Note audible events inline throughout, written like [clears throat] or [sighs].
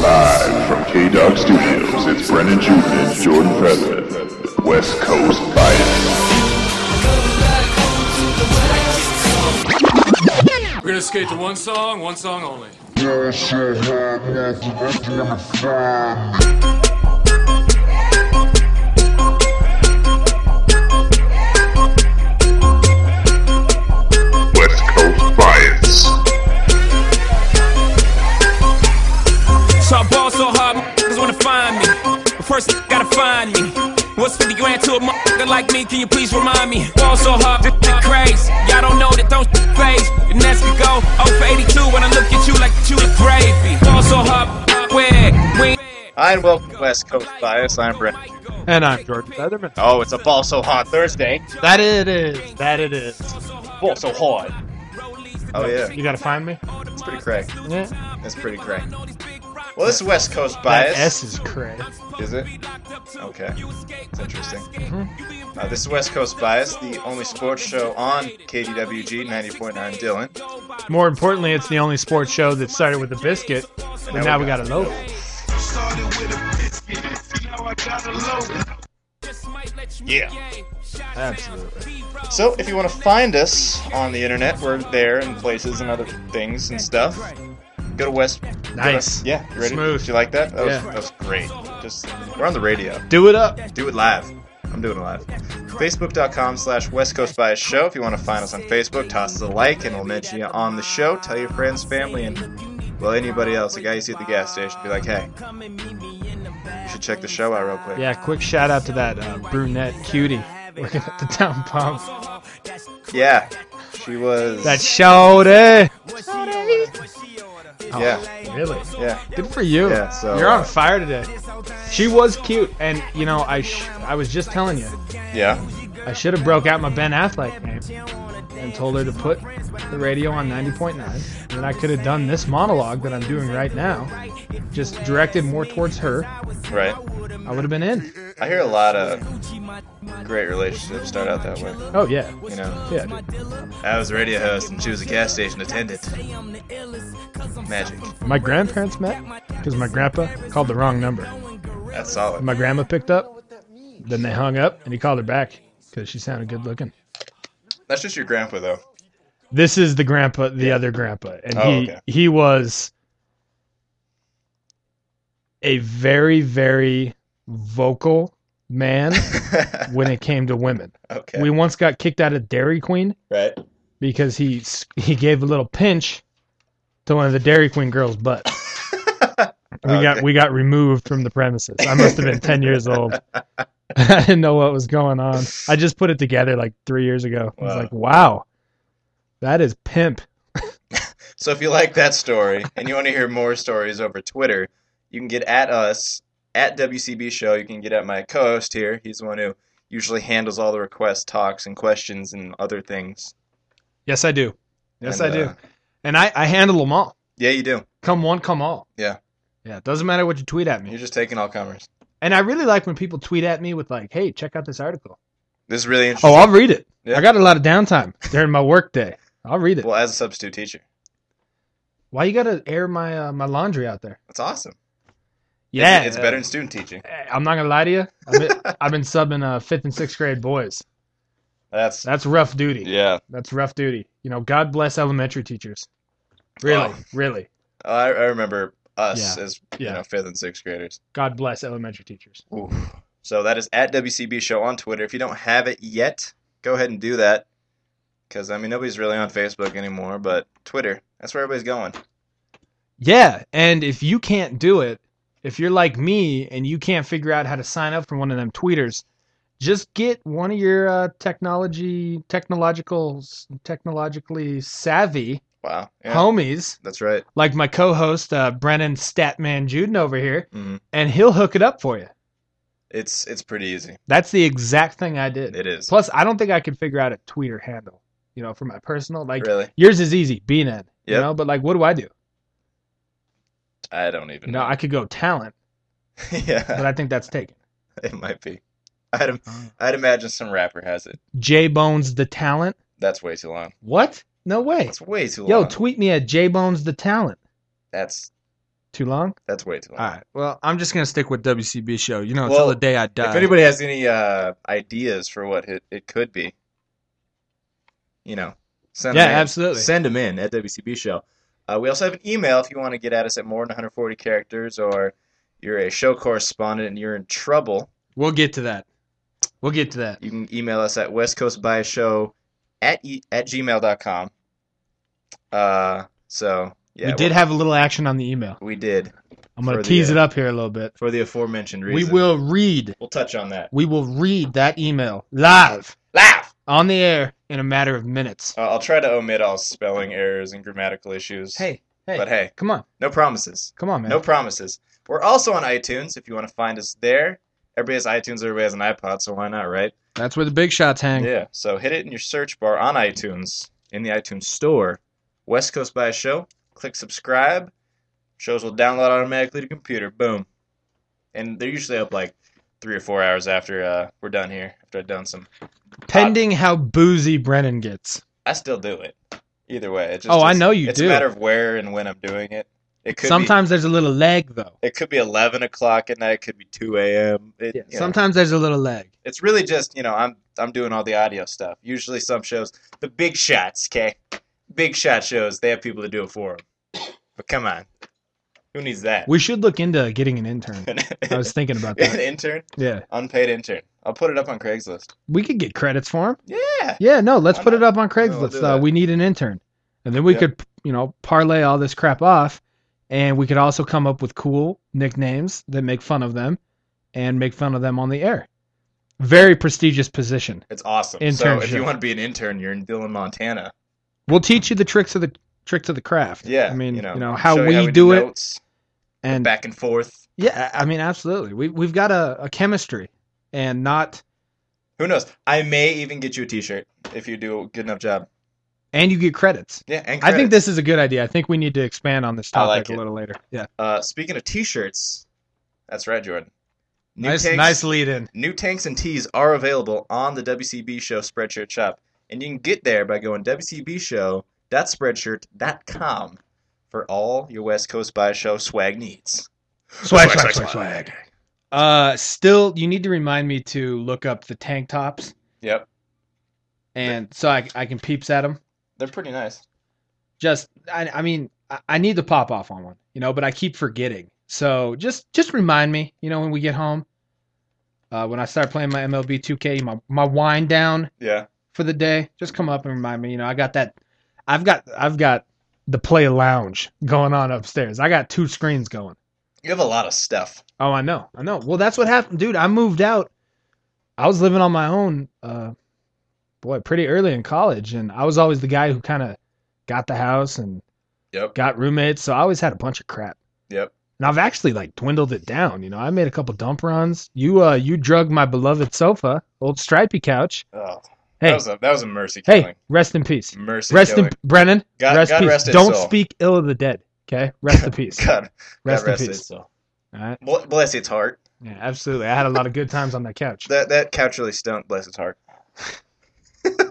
Live from K Dog Studios, it's Brennan Juden and Jordan Featherman, West Coast Bias. We're gonna skate to one song, one song only. Yo, shit, hot mess, that's number five. West Coast Bias. So I ball so hard, niggas wanna find me. But first, gotta find me. What's 50 grand to a motherfucker like me? Can you please remind me? Ball so hard, this shit crazy. Y'all don't know that don't shit phase. And that's we go 0 for 82 when I look at you like you the gravy. Ball so hard, where we Hi and welcome to West Coast Bias. I'm Brent. And I'm Jordan Featherman. Oh, it's a ball so hot Thursday. That it is. That it is. Ball so hot. Oh yeah, You gotta find me. it's pretty crack. Yeah. That's pretty crack. Well, this is West Coast That Bias. S is cray. Is it? Okay. It's interesting. Uh, this is West Coast Bias, the only sports show on KDWG 90.9 Dylan. More importantly, it's the only sports show that started with a biscuit, but now we got a loaf. Yeah. Absolutely. So, if you want to find us on the internet, we're there in places and other things and stuff. Go to West. go to- Nice. yeah. You ready? Smooth. Did you like that? That, Yeah. was, that was great. Just we're on the radio. Do it up. Do it live. I'm doing it live. Facebook.com slash West Coast Bias Show. If you want to find us on Facebook, toss us a like and we'll mention you on the show. Tell your friends, family, and, well, anybody else. The guy you see at the gas station. Be like, hey, you should check the show out real quick. Yeah, quick shout out to that uh, brunette cutie working at the town pump. Yeah. She was. That shouty. yeah. Really? Yeah. Good for you. Yeah, so, You're uh, on fire today. She was cute, and you know, I sh- I was just telling you, Yeah. I should have broke out my Ben Affleck name and told her to put the radio on 90.9, and then I could have done this monologue that I'm doing right now, just directed more towards her. Right. I would have been in. I hear a lot of great relationships start out that way. Oh yeah, You know, yeah. dude. I was a radio host and she was a gas station attendant. Magic. My grandparents met because my grandpa called the wrong number. That's solid. My grandma picked up, then they hung up, and he called her back because she sounded good looking. That's just your grandpa, though. [laughs] This is the grandpa, the other grandpa, and Oh, he okay. he was a very very vocal [laughs] man when it came to women. okay. We once got kicked out of Dairy Queen right. because he s- he gave a little pinch to one of the Dairy Queen girls' butt. [laughs] We got Okay. we got removed from the premises. I must have been ten years [laughs] old. [laughs] I didn't know what was going on. I just put it together like three years ago. I was Wow. like, wow, that is pimp. So if you like that story and you want to hear more stories over Twitter, you can get at us at WCB Show. You can get at my co-host here. He's the one who usually handles all the requests, talks, and questions and other things. Yes, I do. Yes, And, I do. uh, and I I handle them all. Yeah, you do. Come one, come all. Yeah. Yeah, it doesn't matter what you tweet at You're me. just taking all comers. And I really like when people tweet at me with like, "Hey, check out this article." This is really interesting. Oh, I'll read it. Yeah. I got a lot of downtime [laughs] during my work day. I'll read it. well, as a substitute teacher, Why you gotta air my uh, my laundry out there? that's awesome. Yeah, it's, it's better than student teaching. I'm not gonna lie to you. I've [laughs] been, I've been subbing uh, fifth and sixth grade boys. That's That's rough duty. yeah. That's rough duty. You know, God bless elementary teachers. Really, Oh. really. I, I remember us Yeah. as you Yeah. know fifth and sixth graders. God bless elementary teachers. So that is at WCB Show on Twitter. If you don't have it yet, go ahead and do that. Because, I mean, nobody's really on Facebook anymore, but Twitter, that's where everybody's going. Yeah, and if you can't do it, if you're like me and you can't figure out how to sign up for one of them tweeters, just get one of your uh, technology, technological, technologically savvy Wow. Yeah, homies, That's right. like my co-host uh, Brennan Statman Juden over here, Mhm. and he'll hook it up for you. It's it's pretty easy. That's the exact thing I did. It is. Plus, I don't think I could figure out a tweeter handle. you know, for my personal. Like Really? yours is easy, BNN. You Yep. know, but like, what do I do? I don't even You know, I could go talent, but [laughs] yeah, I think that's taken. it might be. I'd im- Oh. I'd imagine some rapper has it. J Bones the talent. That's way too long. What? No way. That's way too Yo, long. tweet me at J Bones the talent. that's Too long? that's way too long. All right. Well, I'm just gonna stick with WCB show. You know, Well, until the day I die. If anybody has any uh, ideas for what it, it could be, you know, send Yeah, them in. absolutely. Send them in at WCB Show. Uh, we also have an email if you want to get at us at more than 140 characters or you're a show correspondent and you're in trouble. We'll get to that. We'll get to that. You can email us at West Coast Bias Show at, e- at gmail.com. Uh, so, yeah. we did have a little action on the email. We did I'm gonna for the, tease it uh, up here a little bit. for the aforementioned We reason. will read. We'll touch on that. We will read that email live Laugh! on the air in a matter of minutes. Uh, I'll try to omit all spelling errors and grammatical issues. Hey, hey, But hey, come on, no promises. come on, man. No promises. We're also on iTunes if you want to find us there. Everybody has iTunes, everybody has an iPod, so why not, right? That's where the big shots hang. Yeah. So hit it in your search bar on iTunes, in the iTunes store, West Coast Bias Show. Click subscribe. Shows will download automatically to computer. Boom. And they're usually up like three or four hours after uh, we're done here, after I've done some. Pending how boozy Brennan gets. I still do it. Either way. It just Oh, I is- know you it's do. a matter of where and when I'm doing it. It could be Sometimes there's a little lag though. It could be 11 o'clock at night. It could be 2 a.m. It, you know, Sometimes there's a little lag. it's really just you know I'm I'm doing all the audio stuff. Usually some shows, the big shots, okay, big shot shows, they have people to do it for them. But come on, who needs that? [laughs] We should look into getting an intern. I was thinking about an that. [laughs] intern, Yeah, unpaid intern. I'll put it up on Craigslist. we could get credits for him. Yeah, Yeah, no, let's Why put not? it up on Yeah, we'll Craigslist. do uh, that. we need an intern, and then we Yeah. could, you know, parlay all this crap off, and we could also come up with cool nicknames that make fun of them, and make fun of them on the air. Very prestigious position. it's awesome. So if Internship. you want to be an intern, you're in Dillon, Montana. We'll teach you the tricks of the tricks of the craft. Yeah, I mean, you know, how show we, you do it, notes, and back and forth. yeah, I mean, absolutely. We we've got a, a chemistry, and not, Who knows? I may even get you a T-shirt if you do a good enough job. and you get credits. Yeah, and I think credits. this is a good idea. I think we need to expand on this I topic like a it. little later. Yeah, Uh, speaking of T-shirts, that's right, Jordan. New nice, tanks, nice lead in. New tanks and tees are available on the WCB Show Spreadshirt shop, and you can get there by going WCBShow.spreadshirt.com for all your West Coast by Show swag needs. swag, swag, swag, swag. Uh, still, you need to remind me to look up the tank tops, Yep, and so I, I can peeps at them. they're pretty nice. Just, I, I mean, I, I need to pop off on one, you know, but I keep forgetting. So just, just remind me, you know, when we get home, uh, when I start playing my MLB 2K, my my wind down Yeah, for the day, just come up and remind me. You know, I got that, I've got, I've got the play lounge going on upstairs. I got two screens going. you have a lot of stuff. Oh, I know. I know. Well, that's what happened, dude. I moved out. I was living on my own, uh, boy, pretty early in college, and I was always the guy who kind of got the house and Yep, got roommates. So I always had a bunch of crap, yep. and I've actually like dwindled it down. You know, I made a couple dump runs. You, uh, you drug my beloved sofa, old stripy couch. Oh, Hey. that was a that was a mercy Hey, killing. rest in peace. Mercy Rest killing. in Brennan. God- rest in God peace. rest his Don't soul. speak ill of the dead. Okay, [laughs] rest in peace. God, rest in God rest peace. its soul. All right. Bl- Bless its heart. Yeah, absolutely. I had a lot of good times on that couch. That that couch really stunk. Bless its heart. [laughs]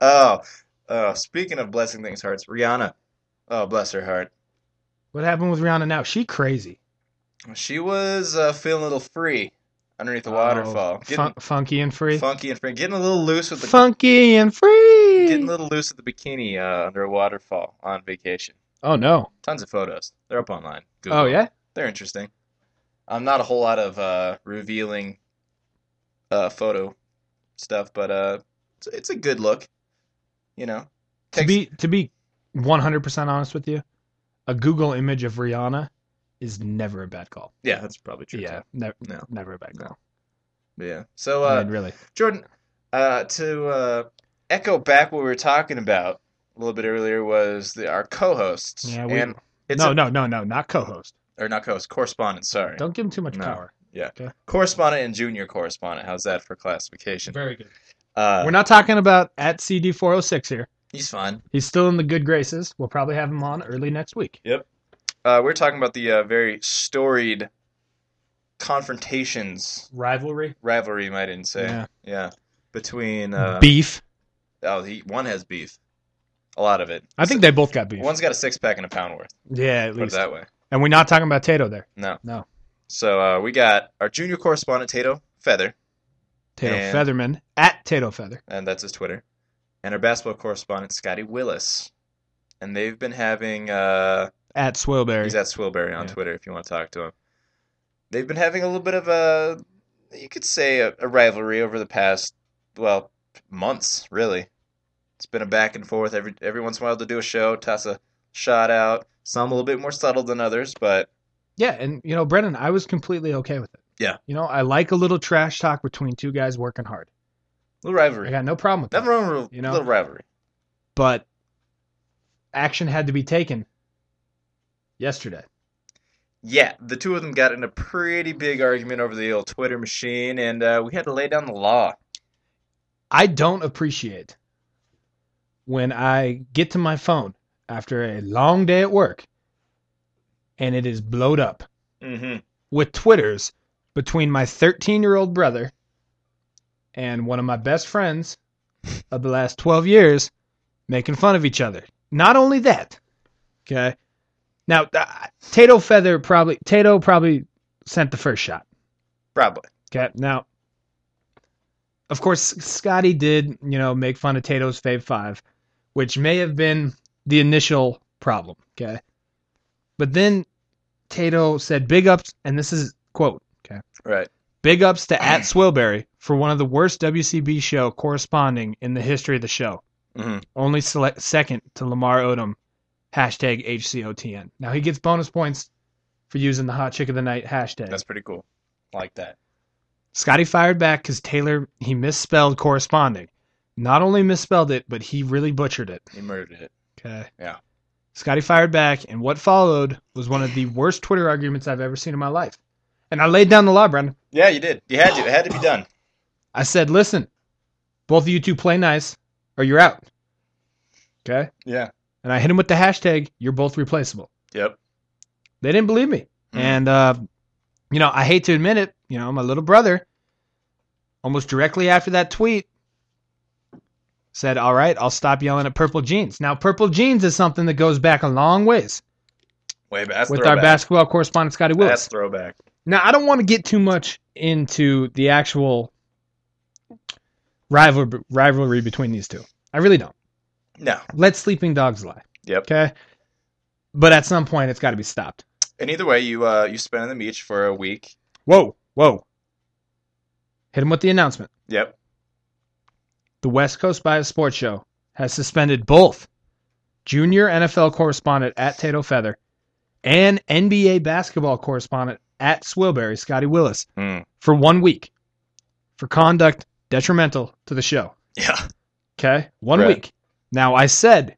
oh, oh. Speaking of blessing things hearts, Rihanna. Oh, bless her heart. What happened with Rihanna now? She crazy. She was uh, feeling a little free underneath the waterfall, Oh, getting fun- funky and free. funky and free, getting a little loose with the funky and free. getting a little loose with the bikini uh, under a waterfall on vacation. oh no. Tons of photos. They're up online. Google Oh them. yeah. they're interesting. Um, not a whole lot of uh, revealing uh, photo stuff, but uh, it's, it's a good look. You know, To be to be 100% honest with you, a Google image of Rihanna is never a bad call. yeah, that's probably true. yeah, never No. never a bad call. too. yeah. So, I uh, mean, really. Jordan, uh, to uh, echo back what we were talking about a little bit earlier was the, our co-hosts Yeah, we- and it's No, a- no, no, no, not co-host. or not co-host correspondent. Sorry, Don't give him too much No. power. yeah, Okay. correspondent and junior correspondent. How's that for classification? Very good. Uh, We're not talking about at CD406 here. he's fine. He's still in the good graces. We'll probably have him on early next week. Uh, we're talking about the uh, very storied confrontations, Rivalry, rivalry, you might even say. Yeah. Between. Uh, beef. oh, he, one has beef. A lot of it. I think they both got beef. One's got a six pack and a pound worth. yeah, at Put it least. that way. And we're not talking about Tato there. No. No. So uh, we got our junior correspondent, Tato Feather, Tato And- Featherman at Tato Feather. and that's his Twitter, and our basketball correspondent, Scotty Willis. And they've been having. Uh, At Swillberry. He's at Swillberry on Yeah. Twitter if you want to talk to him. They've been having a little bit of a, you could say, a, a rivalry over the past, well, months, really. It's been a back and forth. Every every once in a while, they'll do a show, toss a shot out. Some a little bit more subtle than others, but Yeah, and you know, Brennan, I was completely okay with it. Yeah. You know, I like a little trash talk between two guys working hard. little I rivalry. got no problem with that. Nothing wrong with a You know? little rivalry. But action had to be taken yesterday. Yeah, the two of them got in a pretty big argument over the old Twitter machine, and uh, we had to lay down the law. I don't appreciate when I get to my phone after a long day at work and it is blowed up Mm-hmm. with Twitters between my 13 year old brother and one of my best friends of the last 12 years making fun of each other. Not only that, okay. Now, uh, Tato Feather probably, Tato probably sent the first shot. Probably. Okay. Now, of course, Scotty did, you know, make fun of Tato's Fave Five, which may have been the initial problem. Okay. But then Tato said, big ups, and this is quote, okay. Right. Big ups to at Swillberry for one of the worst WCB show corresponding in the history of the show. Mm-hmm. Only select second to Lamar Odom, hashtag HCOTN. Now he gets bonus points for using the hot chick of the night hashtag. That's pretty cool. Like that. Scotty fired back because Taylor he misspelled corresponding. Not only misspelled it, but he really butchered it. He murdered it. Okay. Yeah. Scotty fired back, and what followed was one of the worst Twitter arguments I've ever seen in my life. And I laid down the law, Brendan. Yeah, you did. You had to. It had to be done. I said, "Listen, both of you two play nice, or you're out." Okay. Yeah. And I hit him with the hashtag, "You're both replaceable." Yep. they didn't believe me. Mm. And uh, you know, I hate to admit it, you know, my little brother almost directly after that tweet said, "All right, I'll stop yelling at purple jeans." Now, purple jeans is something that goes back a long ways Way back. That's with throwback. our basketball correspondent Scotty Willis. That's throwback. Now, I don't want to get too much into the actual rival rivalry between these two. I really don't. No. Let sleeping dogs lie. Yep. Okay. But at some point, it's got to be stopped. And either way, you uh you spend on the beach for a week. Whoa, whoa. Hit him with the announcement. Yep. The West Coast Bias Sports Show has suspended both junior NFL correspondent at Tato Feather and NBA basketball correspondent at Swillberry, Scotty Willis, Mm. for one week for conduct detrimental to the show. Yeah. [laughs] Okay? One Right. week. Now, I said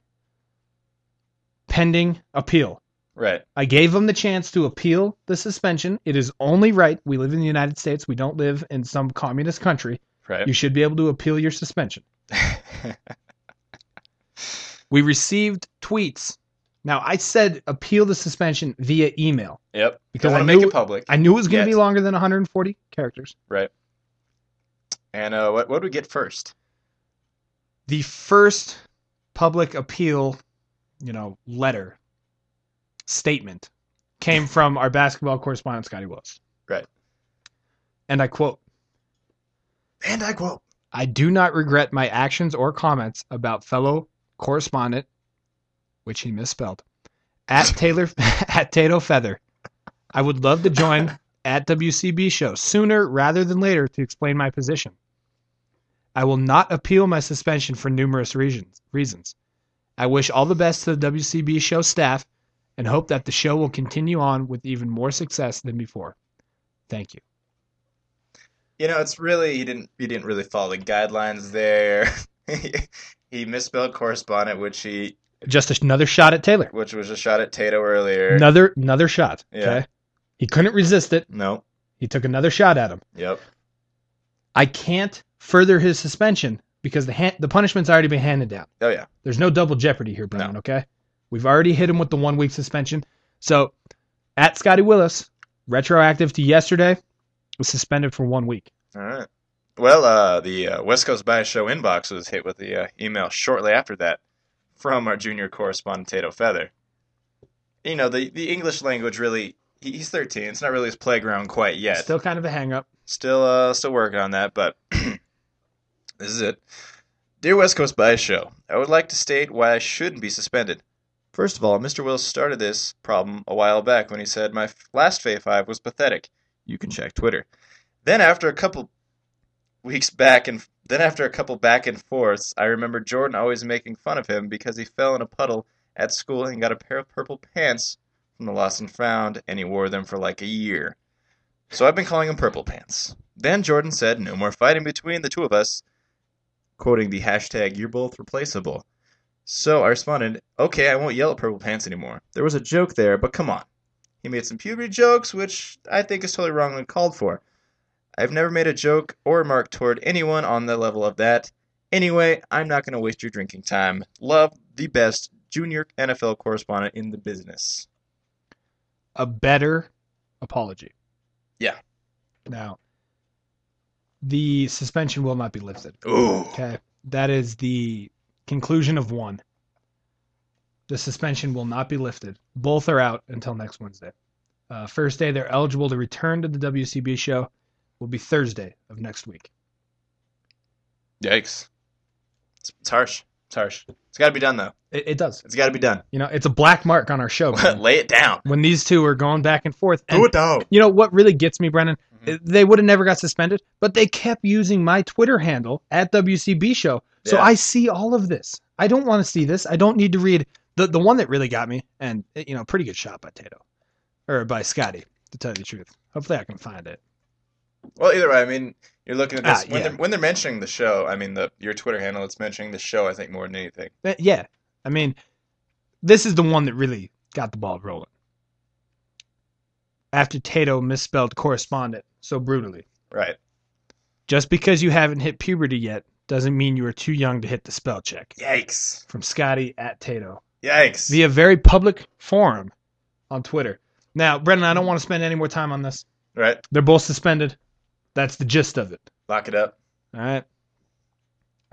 pending appeal. Right. I gave them the chance to appeal the suspension. It is only right. We live in the United States. We don't live in some communist country. Right. You should be able to appeal your suspension. [laughs] We received tweets. Now, I said appeal the suspension via email. yep. Because I Don't want to make knew- it public. I knew it was going to Yes. be longer than 140 characters. and uh, what what do we get first? The first public appeal, you know, letter statement [laughs] came from our basketball correspondent Scotty Willis. Right. And I quote And I quote. I do not regret my actions or comments about fellow correspondent, which he misspelled, [laughs] at Taylor [laughs] at Tato Feather. I would love to [laughs] join at WCB show sooner rather than later to explain my position. I will not appeal my suspension for numerous reasons. Reasons. I wish all the best to the WCB show staff and hope that the show will continue on with even more success than before. Thank you. You know, it's really he didn't he didn't really follow the guidelines there. [laughs] he misspelled correspondent, which he Just another shot at Taylor. which was a shot at Tato earlier. Another another shot. Yeah. Okay. He couldn't resist it. No. He took another shot at him. Yep. I can't further his suspension because the ha- the punishment's already been handed down. Oh yeah. There's no double jeopardy here, Brown. Okay, we've already hit him with the one week suspension. So, at Scotty Willis, retroactive to yesterday, was suspended for one week. All right. Well, uh, the uh, West Coast Bias Show inbox was hit with the uh, email shortly after that from our junior correspondent Tato Feather. You know, the, the English language really, he- he's 13. It's not really his playground quite yet. Still kind of a hang up. Still, uh, still working on that, but [clears throat] this is it. Dear West Coast Bias Show, I would like to state why I shouldn't be suspended. First of all, Mr. Wills started this problem a while back when he said my f- last Fay 5 was pathetic. You can check Twitter. Then after a couple weeks back and then after a couple back and forths, I remember Jordan always making fun of him because he fell in a puddle at school and got a pair of purple pants from the lost and found and he wore them for like a year. So I've been calling him Purple Pants. Then Jordan said, No more fighting between the two of us, quoting the hashtag, You're both replaceable. So I responded, Okay, I won't yell at Purple Pants anymore. There was a joke there, but come on. He made some puberty jokes, which I think is totally wrong and called for. I've never made a joke or remark toward anyone on the level of that. Anyway, I'm not going to waste your drinking time. Love the best junior NFL correspondent in the business. A better apology. Yeah. Now, the suspension will not be lifted. Ooh. Okay. That is the conclusion of one. The suspension will not be lifted. Both are out until next Wednesday. Uh, first day they're eligible to return to the WCB show will be Thursday of next week. Yikes. It's, it's harsh. It's harsh. It's got to be done, though. It, it does. It's got to be done. You know, it's a black mark on our show. man. [laughs] Lay it down. when these two are going back and forth. And down. you know what really gets me, Brennan? Uh, They would have never got suspended, but they kept using my Twitter handle at WCB Show. So Yeah. I see all of this. I don't want to see this. I don't need to read the the one that really got me, and eh, you know, pretty good shot by Tato or by Scotty, to tell you the truth. Hopefully, I can find it. Well, either way, I mean, you're looking at this Ah, when yeah. they're when they're mentioning the show. I mean, the your Twitter handle. It's mentioning the show. I think more than anything. But Eh, yeah, I mean, this is the one that really got the ball rolling. After Tato misspelled correspondent so brutally. Right. Just because you haven't hit puberty yet doesn't mean you are too young to hit the spell check. Yikes. From Scotty at Tato Yikes. via very public forum on Twitter. Now, Brendan, I don't want to spend any more time on this. right. They're both suspended. That's the gist of it. Lock it up. All right.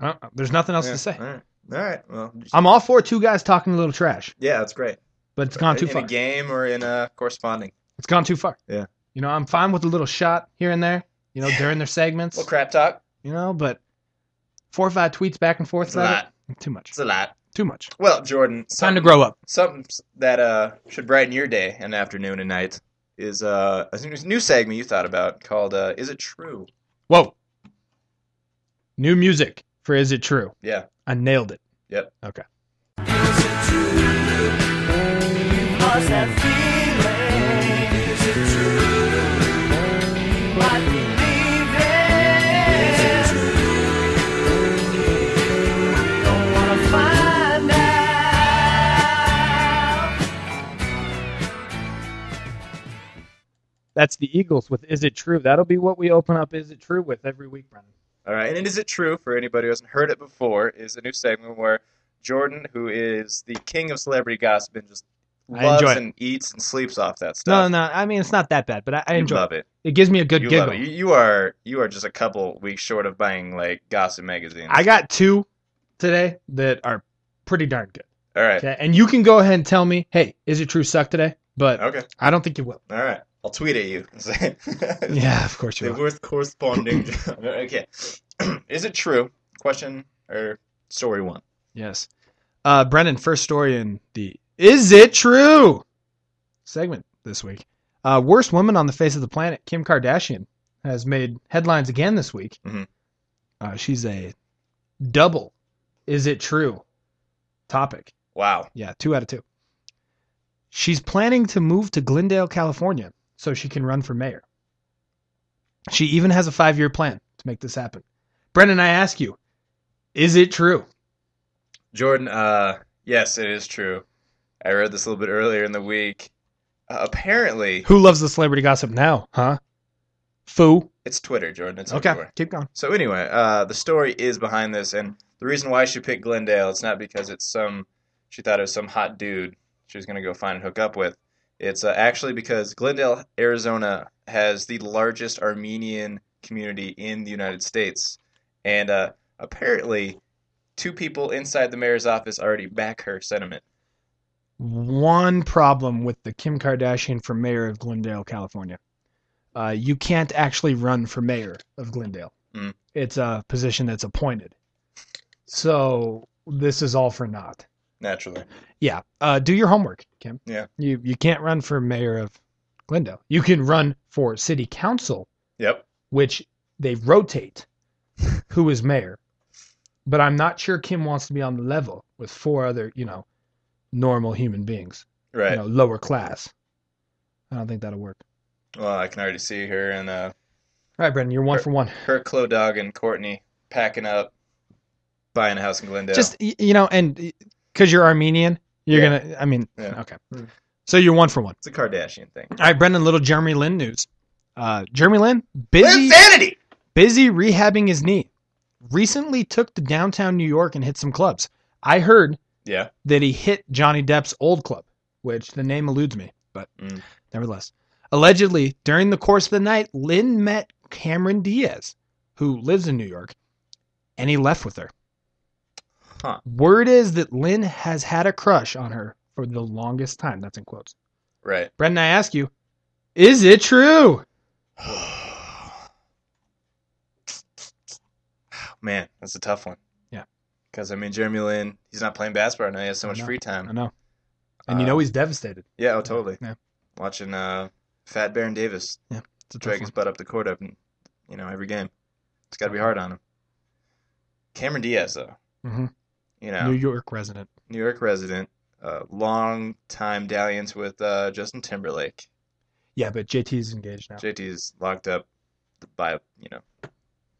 Uh, there's nothing else Yeah, to say. All right. All right. Well. just- I'm all for two guys talking a little trash, yeah, that's great. but it's gone too in far. a game or in a corresponding. It's gone too far. Yeah. You know, I'm fine with a little shot here and there, you know, during their segments, Well, crap talk. you know, but four or five tweets back and forth It's a about lot. it, too much. It's a lot. Too much. Well, Jordan, Time to something, grow up. something that uh should brighten your day and afternoon and night is uh a new- new segment you thought about called uh "Is It True?" Whoa. New music for Is It True? Yeah. I nailed it. Yep. Okay. That's the Eagles with Is It True? That'll be what we open up Is It True with every week, Brendan. All right, and is it true for anybody who hasn't heard it before? Is a new segment where Jordan, who is the king of celebrity gossip and just I loves enjoy it. and eats and sleeps off that No, stuff. no, I mean, it's not that bad, but I, I you enjoy it. love it. It gives me a good You giggle. love it. You, you are you are just a couple weeks short of buying like gossip magazines. I got two today that are pretty darn good. All right. Okay. And you can go ahead and tell me, hey, Is It True suck today? But Okay. I don't think you will. All right. I'll tweet at you. [laughs] [laughs] Yeah, of course you The will. worst [clears throat] corresponding. [laughs] okay. is it true? Question or story one? Yes. Uh, Brennan, first story in the Is It True segment this week. Uh, worst woman on the face of the planet, Kim Kardashian, has made headlines again this week. Mhm. Uh, she's a double Is It True topic. Wow. Yeah, two out of two. She's planning to move to Glendale, California, so she can run for mayor. She even has a five year plan to make this happen. Brennan, I ask you, is it true? Jordan, uh, yes, it is true. I read this a little bit earlier in the week. Uh, apparently, Who loves the celebrity gossip now, huh? Foo. It's Twitter, Jordan. It's Okay, everywhere. keep going. So anyway, uh, the story is behind this, and the reason why she picked Glendale, it's not because it's some, she thought it was some hot dude she was gonna go find and hook up with. It's uh, actually because Glendale, Arizona, has the largest Armenian community in the United States, and uh, apparently, two people inside the mayor's office already back her sentiment. One problem with the Kim Kardashian for mayor of Glendale, California. Uh, you can't actually run for mayor of Glendale. Mm. It's a position that's appointed. So this is all for naught. Naturally, Yeah. Uh, do your homework, Kim. Yeah. You you can't run for mayor of Glendale. You can run for city council, yep. which they [laughs] rotate who is mayor. But I'm not sure Kim wants to be on the level with four other, you know, normal human beings, Right. you know, lower class. I don't think that'll work. Well, I can already see her and All uh, right, Brendan, you're one Sure. for one. her Clodagh and Courtney packing up, buying a house in Glendale. Just y- you know, and because you're Armenian, you're Yeah. gonna. I mean, Yeah. okay. So you're one for one. it's a Kardashian thing. All right, Brendan. Little Jeremy Lin news. Uh, Jeremy Lin, busy. Insanity. busy rehabbing his knee. Recently took to downtown New York and hit some clubs. I heard Yeah. that he hit Johnny Depp's old club, which the name eludes me, but Mm. nevertheless. Allegedly, during the course of the night, Lynn met Cameron Diaz, who lives in New York, and he left with her. Huh. Word is that Lynn has had a crush on her for the longest time. That's in quotes. Right. Brendan, I ask you, is it true? [sighs] Man, that's a tough one. Yeah. Because I mean, Jeremy Lin, he's not playing basketball right now. He has so I much know. free I time. know. And you Uh, know he's devastated. Yeah. Oh, totally. Yeah. Watching uh, Fat Baron Davis It's a tough drag his one. butt up the court up, and, you know, every game. It's got to be hard on him. Cameron Diaz, though. Mhm. You know, New York resident. New York resident, uh, long time dalliance with uh, Justin Timberlake. Yeah, but JT's engaged now. JT's locked up by, you know,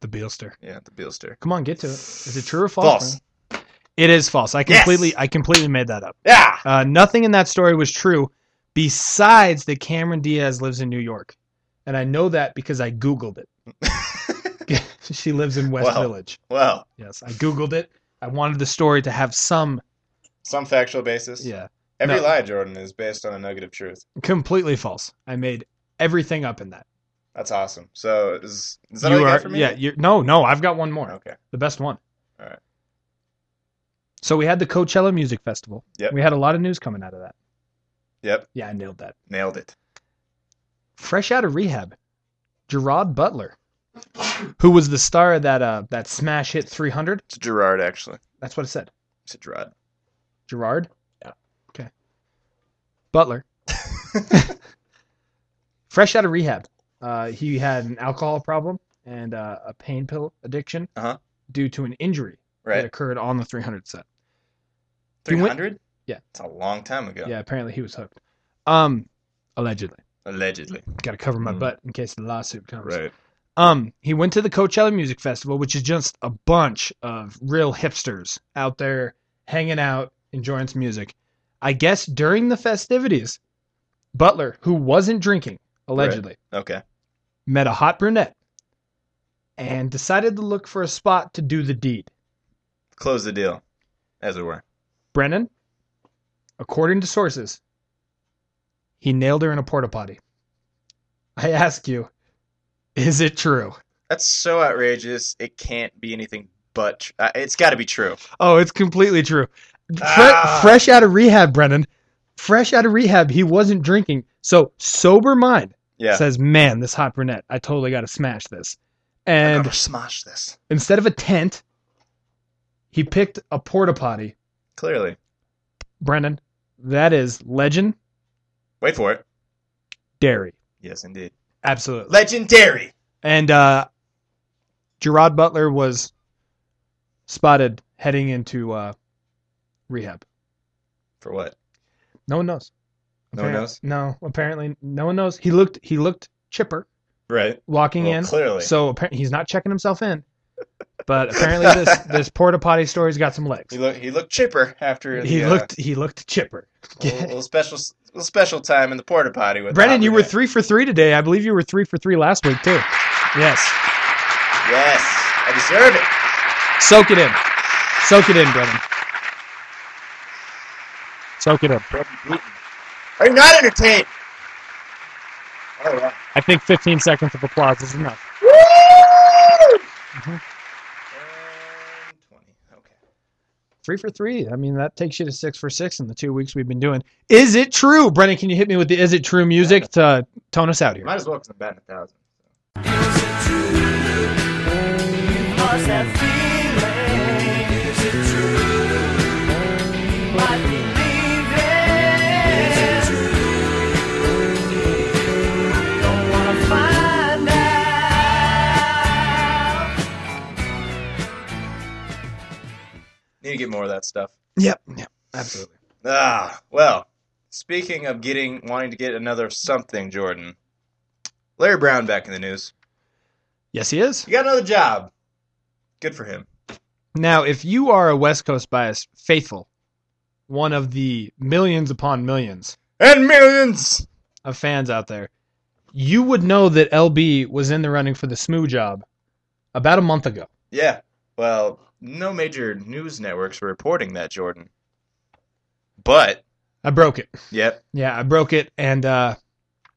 the Beelster. yeah, the Beelster. Come on, get to it. Is it true or false? False. Brandon? It is false. I Yes! completely I completely made that up. Yeah. Uh, nothing in that story was true besides that Cameron Diaz lives in New York. And I know that because I Googled [laughs] it. [laughs] she lives in West Wow. Village. Well, Yes, I Googled it. I wanted the story to have some some factual basis. yeah. Every No. lie, Jordan, is based on a nugget of truth. Completely false. I made everything up in that. That's awesome. So is, is that you all you are got for me? yeah, you're no, no, I've got one more. Okay. The best one. All right. So we had the Coachella Music Festival. Yep. We had a lot of news coming out of that. Yep. Yeah, I nailed that. Nailed it. Fresh out of rehab, Gerard Butler, who was the star of that uh that smash hit 300. It's Gerard, actually. That's what it said. It's Gerard. Gerard. Yeah. Okay. [laughs] Butler. Fresh out of rehab, uh, he had an alcohol problem and uh, a pain pill addiction Uh-huh. due to an injury that Right. occurred on the 300 set. He Three went- hundred. Yeah. It's a long time ago. Yeah. apparently he was hooked. Um, allegedly. Allegedly. Got to cover my Mm. butt in case the lawsuit comes. Um, he went to the Coachella Music Festival, which is just a bunch of real hipsters out there hanging out, enjoying some music. I guess during the festivities, Butler, who wasn't drinking allegedly, Okay. met a hot brunette and decided to look for a spot to do the deed. Close the deal, as it were. Brennan, according to sources, he nailed her in a porta potty. I ask you, is it true? That's so outrageous. It can't be anything but. Tr- uh, it's got to be true. Oh, it's completely true. Fre- Ah. Fresh out of rehab, Brennan. Fresh out of rehab, he wasn't drinking. So sober mind Yeah. says, "Man, this hot brunette, I totally got to smash this." I And gotta smash this. instead of a tent, he picked a porta potty. Clearly. Brennan, that is legend Wait for it. dairy. Yes, indeed. Absolutely. Legendary. And uh, Gerard Butler was spotted heading into uh, rehab. For what? No one knows. No one Apparent- knows? No, apparently no one knows. He looked he looked chipper Right. walking Well, in. clearly. So appar- he's not checking himself [laughs] in. But apparently this this porta potty story's got some legs. He looked. He looked chipper after. He the, uh, looked he looked chipper. [laughs] Oh, little, little special s- a special time in the porta potty [laughs] with Brennan, you Aubrey were Van- three for three today. I believe you were three for three last week [sighs] too. Yes. Yes, I deserve it. Soak it in. Soak it in, Brennan. Soak it in. Are you not entertained? Oh, All right. I think 15 seconds of applause is enough. And 20. Okay. Three for three. I mean, that takes you to six for six in the two weeks we've been doing. Is it true, Brennan? Can you hit me with the "Is it true" music to tone us out here? Might as well because I'm batting a thousand. Need to get more of that stuff. Yep. Yep. Absolutely. Ah, well. Speaking of getting wanting to get another something, Jordan. Larry Brown back in the news. Yes, he is. He got another job. Good for him. Now, if you are a West Coast bias faithful, one of the millions upon millions And millions. of fans out there, you would know that LB was in the running for the Smoo job about a month ago. Yeah. Well, no major news networks were reporting that, Jordan. But, I broke it. yep. Yeah, I broke it, and uh,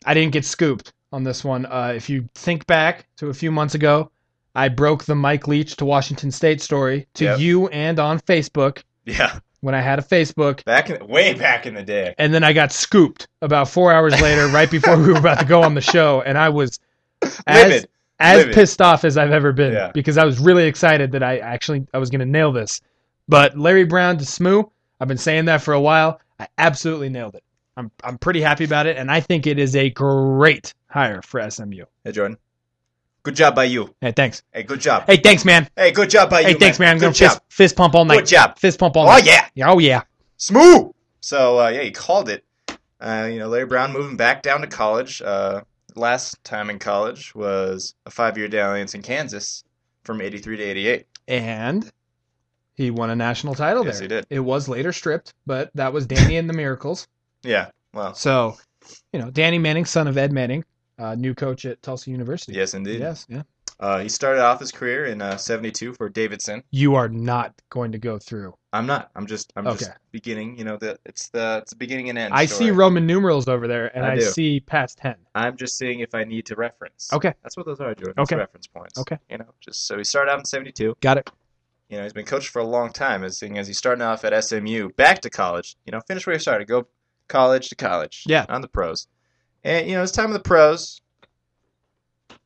I didn't get scooped on this one. Uh, if you think back to a few months ago, I broke the Mike Leach to Washington State story to Yep. you and on Facebook Yeah. when I had a Facebook, Back in, way back in the day. and then I got scooped about four hours later, right before we were about to go on the show, and I was as [laughs] Livid. as Livid. pissed off as I've ever been Yeah. because I was really excited that I actually I was going to nail this. But Larry Brown to Smoo, I've been saying that for a while. I absolutely nailed it. I'm I'm pretty happy about it, and I think it is a great hire for SMU. Hey, Jordan. Good job by you. Hey, thanks. Hey, good job. Hey, Hey, thanks, man. good job by you. Hey, thanks, man. I'm Good going to fist, job. fist pump all night. Good job. Fist pump all Oh, night. yeah. yeah. Oh yeah. Smooth. So, uh, yeah, he called it. Uh, you know, Larry Brown moving back down to college. Uh, last time in college was a five year dalliance in Kansas from 83 to 88. and he won a national title Yes, there. he did. It was later stripped, but that was Danny and the Miracles. Yeah. Well, So, you know, Danny Manning, son of Ed Manning, uh, new coach at Tulsa University. yes, indeed. Yes, yeah. Uh, he started off his career in uh, 72 for Davidson. You are not going to go through. I'm not. I'm just. I'm just Okay. beginning. You know, the it's the it's the beginning and end. I story. see Roman numerals over there, and I I, do. see past ten. I'm just seeing if I need to reference. Okay. That's what those are, Jordan. That's Okay. Reference points. Okay. You know, just so he started out in '72. Got it. You know, he's been coached for a long time. As seeing as he's starting off at SMU, back to college. You know, finish where he started. Go college to college. Yeah. On the pros, and you know, his time in the pros.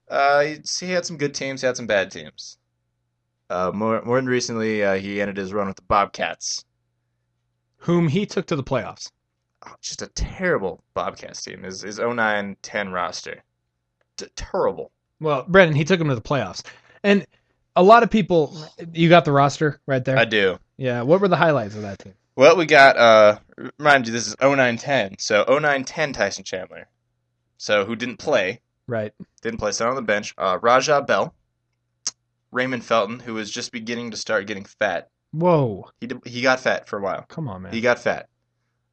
Uh, he, he had some good teams. He had some bad teams. Uh, more more than recently, uh, he ended his run with the Bobcats. Whom he took to the playoffs. oh, just a terrible Bobcats team. His his 09 10 roster. T- terrible. Well, Brendan, he took him to the playoffs, and a lot of people. You got the roster right there. I do. yeah. What were the highlights of that team? Well, we got uh remind you this is 09 10. So 09 10 Tyson Chandler. So who didn't play? Right. Didn't play, sat on the bench. Uh, Rajah Bell. Raymond Felton, who was just beginning to start getting fat. Whoa. He did, he got fat for a while. Come on, man. He got fat.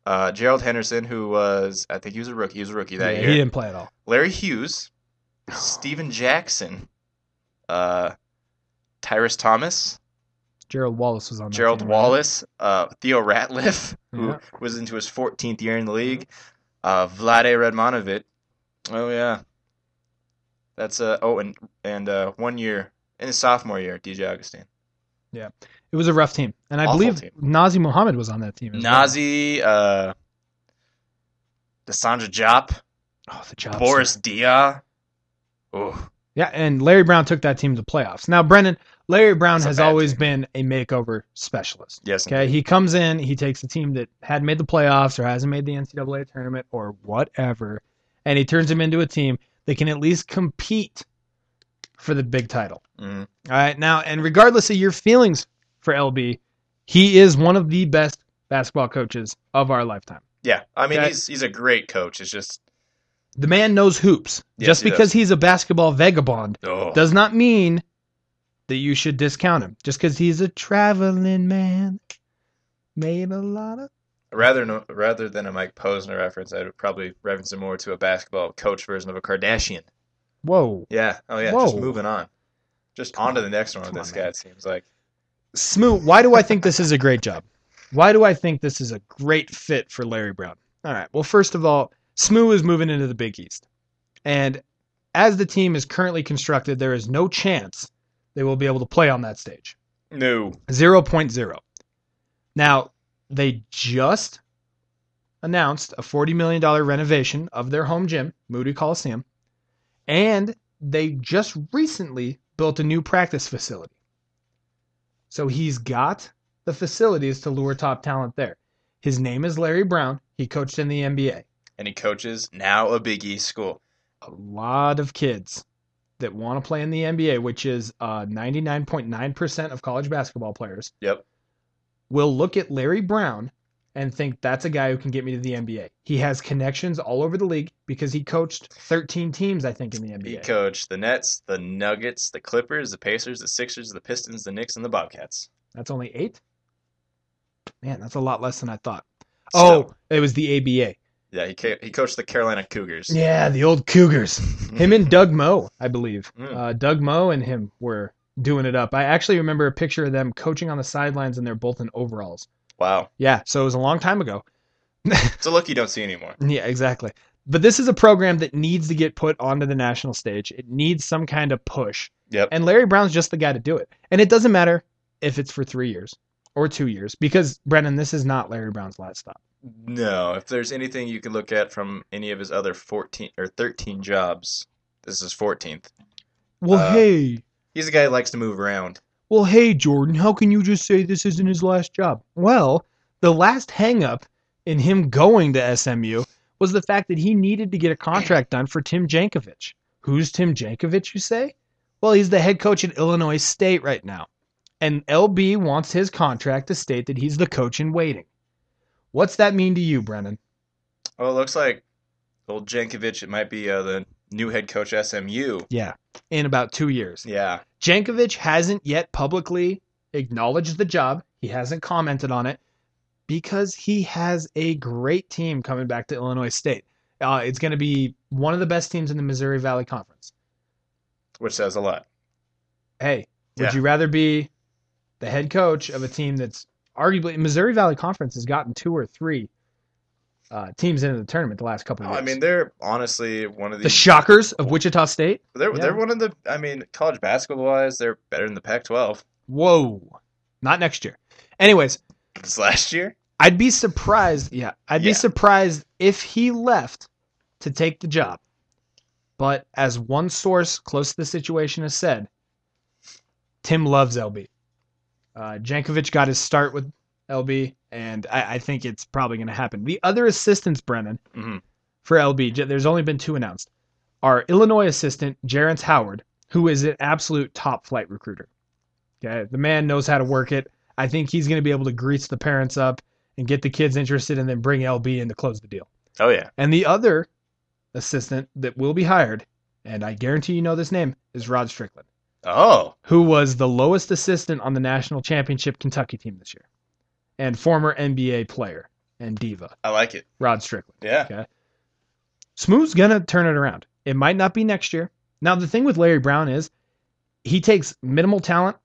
Uh, Gerald Henderson, who was I think he was a rookie. He was a rookie that yeah, year. he didn't play at all. Larry Hughes, Steven Jackson, uh, Tyrus Thomas, Gerald Wallace was on. That Gerald team, right? Wallace, uh, [laughs] Theo Ratliff, who Yeah. was into his 14th year in the league, uh, Vlade Redmanovic. Oh, yeah. That's, uh, oh, and, and uh, one year, in his sophomore year, DJ Augustine. It was a rough team, and I Awful believe team. Nazi Muhammad was on that team. as well. Nazi, uh, Desandra Jop, oh, the job. Boris Dia. Oh, Yeah, and Larry Brown took that team to the playoffs. Now, Brendan, Larry Brown It's a has bad always team. been a makeover specialist. yes. Okay, he comes in, he takes a team that hadn't made the playoffs or hasn't made the NCAA tournament or whatever, and he turns them into a team that can at least compete for the big title. Mhm. All right, now, and regardless of your feelings for LB, he is one of the best basketball coaches of our lifetime. Yeah. I mean, Okay. he's, he's a great coach. It's just, The man knows hoops. Yes, Just he because does. he's a basketball vagabond oh. does not mean that you should discount him. Just because he's a traveling man, made a lot of rather no, rather than a Mike Posner reference, I would probably reference it more to a basketball coach version of a Kardashian. Whoa. Yeah. Oh yeah. Just Whoa. moving on. Just on to the next one with this guy. It seems like. Smoot, why do I think this is a great job? Why do I think this is a great fit for Larry Brown? All right. Well, first of all, Smoo is moving into the Big East. And as the team is currently constructed, there is no chance they will be able to play on that stage. No. 0.0. Now, they just announced a $40 million renovation of their home gym, Moody Coliseum, and they just recently built a new practice facility. So he's got the facilities to lure top talent there. His name is Larry Brown. He coached in the NBA. And he coaches now a Big East school. A lot of kids that want to play in the NBA, which is uh, 99.9% of college basketball players, Yep. will look at Larry Brown and think that's a guy who can get me to the NBA. He has connections all over the league because he coached 13 teams, I think, in the He NBA. coached the Nets, the Nuggets, the Clippers, the Pacers, the Sixers, the Pistons, the Knicks, and the Bobcats. That's only eight? Man, that's a lot less than I thought. So- Oh, it was the ABA. Yeah, he ca- he coached the Carolina Cougars. [laughs] Yeah, the old Cougars. Him and Doug Moe, I believe. Mm. Uh, Doug Moe and him were doing it up. I actually remember a picture of them coaching on the sidelines, and they're both in overalls. Wow. Yeah, so it was a long time ago. [laughs] It's a look you don't see anymore. Yeah, exactly. But this is a program that needs to get put onto the national stage. It needs some kind of push. Yep. And Larry Brown's just the guy to do it. And it doesn't matter if it's for three years or two years, because Brennan, this is not Larry Brown's last stop. No, if there's anything you could look at from any of his other 14 or 13 jobs, this is 14th. Well, Uh, hey, He's a guy who likes to move around. well, hey, Jordan, how can you just say this isn't his last job? Well, the last hangup in him going to SMU was the fact that he needed to get a contract done for Tim Jankovic. Who's Tim Jankovic, you say? Well, he's the head coach at Illinois State right now. And LB wants his contract to state that he's the coach in waiting. What's that mean to you, Brennan? Well, it looks like old Jankovic it might be uh, the new head coach SMU. Yeah. In about two years. Yeah. Jankovic hasn't yet publicly acknowledged the job. He hasn't commented on it because he has a great team coming back to Illinois State. Uh, it's going to be one of the best teams in the Missouri Valley Conference. Which says a lot. Hey, would Yeah. you rather be the head coach of a team that's arguably Missouri Valley Conference has gotten two or three uh, teams into the tournament the last couple of Oh, I years? mean, they're honestly one of the the Shockers of Wichita State. they're yeah. they're one of the I mean, college basketball wise, they're better than the Pac-12 Whoa, not next year. Anyways, [laughs] this last year. I'd be surprised. Yeah, I'd be Yeah. surprised if he left to take the job. But as one source close to the situation has said, Tim loves LB. Uh, Jankovic got his start with LB, and I, I think it's probably going to happen. The other assistants, Brennan, Mhm. for LB, j- there's only been two announced, are Illinois assistant Jarence Howard, who is an absolute top flight recruiter. Okay, the man knows how to work it. I think he's going to be able to grease the parents up and get the kids interested, and then bring LB in to close the deal. Oh yeah. And the other assistant that will be hired, and I guarantee you know this name, is Rod Strickland, Oh, who was the lowest assistant on the national championship Kentucky team this year, and former NBA player and diva I like it. Rod Strickland. Yeah. Okay. Smooth's gonna turn it around. It might not be next year. Now the thing with Larry Brown is he takes minimal talent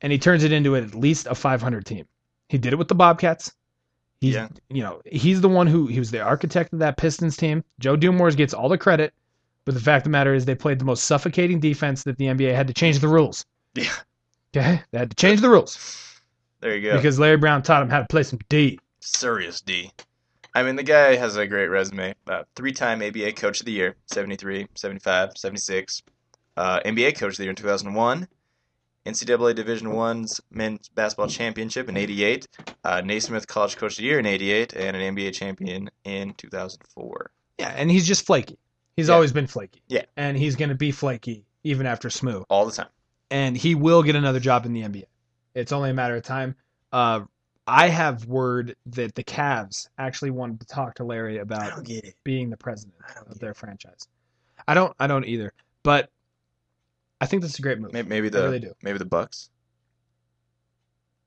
and he turns it into at least a 500 team. He did it with the Bobcats. He's, Yeah. you know, he's the one who he was the architect of that Pistons team. Joe Dumars gets all the credit, but the fact of the matter is they played the most suffocating defense that the NBA had to change the rules. [laughs] Yeah. Okay, they had to change the rules There you go. because Larry Brown taught him how to play some D. Serious D. I mean, the guy has a great resume. Uh, three-time ABA Coach of the Year, 73, 75, 76. Uh, NBA Coach of the Year in 2001. NCAA Division One's Men's Basketball Championship in 88. Uh, Naismith College Coach of the Year in 88. And an NBA champion in 2004. Yeah, and he's just flaky. He's Yeah. always been flaky. Yeah. And he's going to be flaky even after Smoo. All the time. And he will get another job in the NBA. It's only a matter of time. Uh, I have word that the Cavs actually wanted to talk to Larry about get it. being the president don't of their franchise. I don't I don't either. But I think that's a great move. Maybe, maybe I the really do. maybe the Bucks.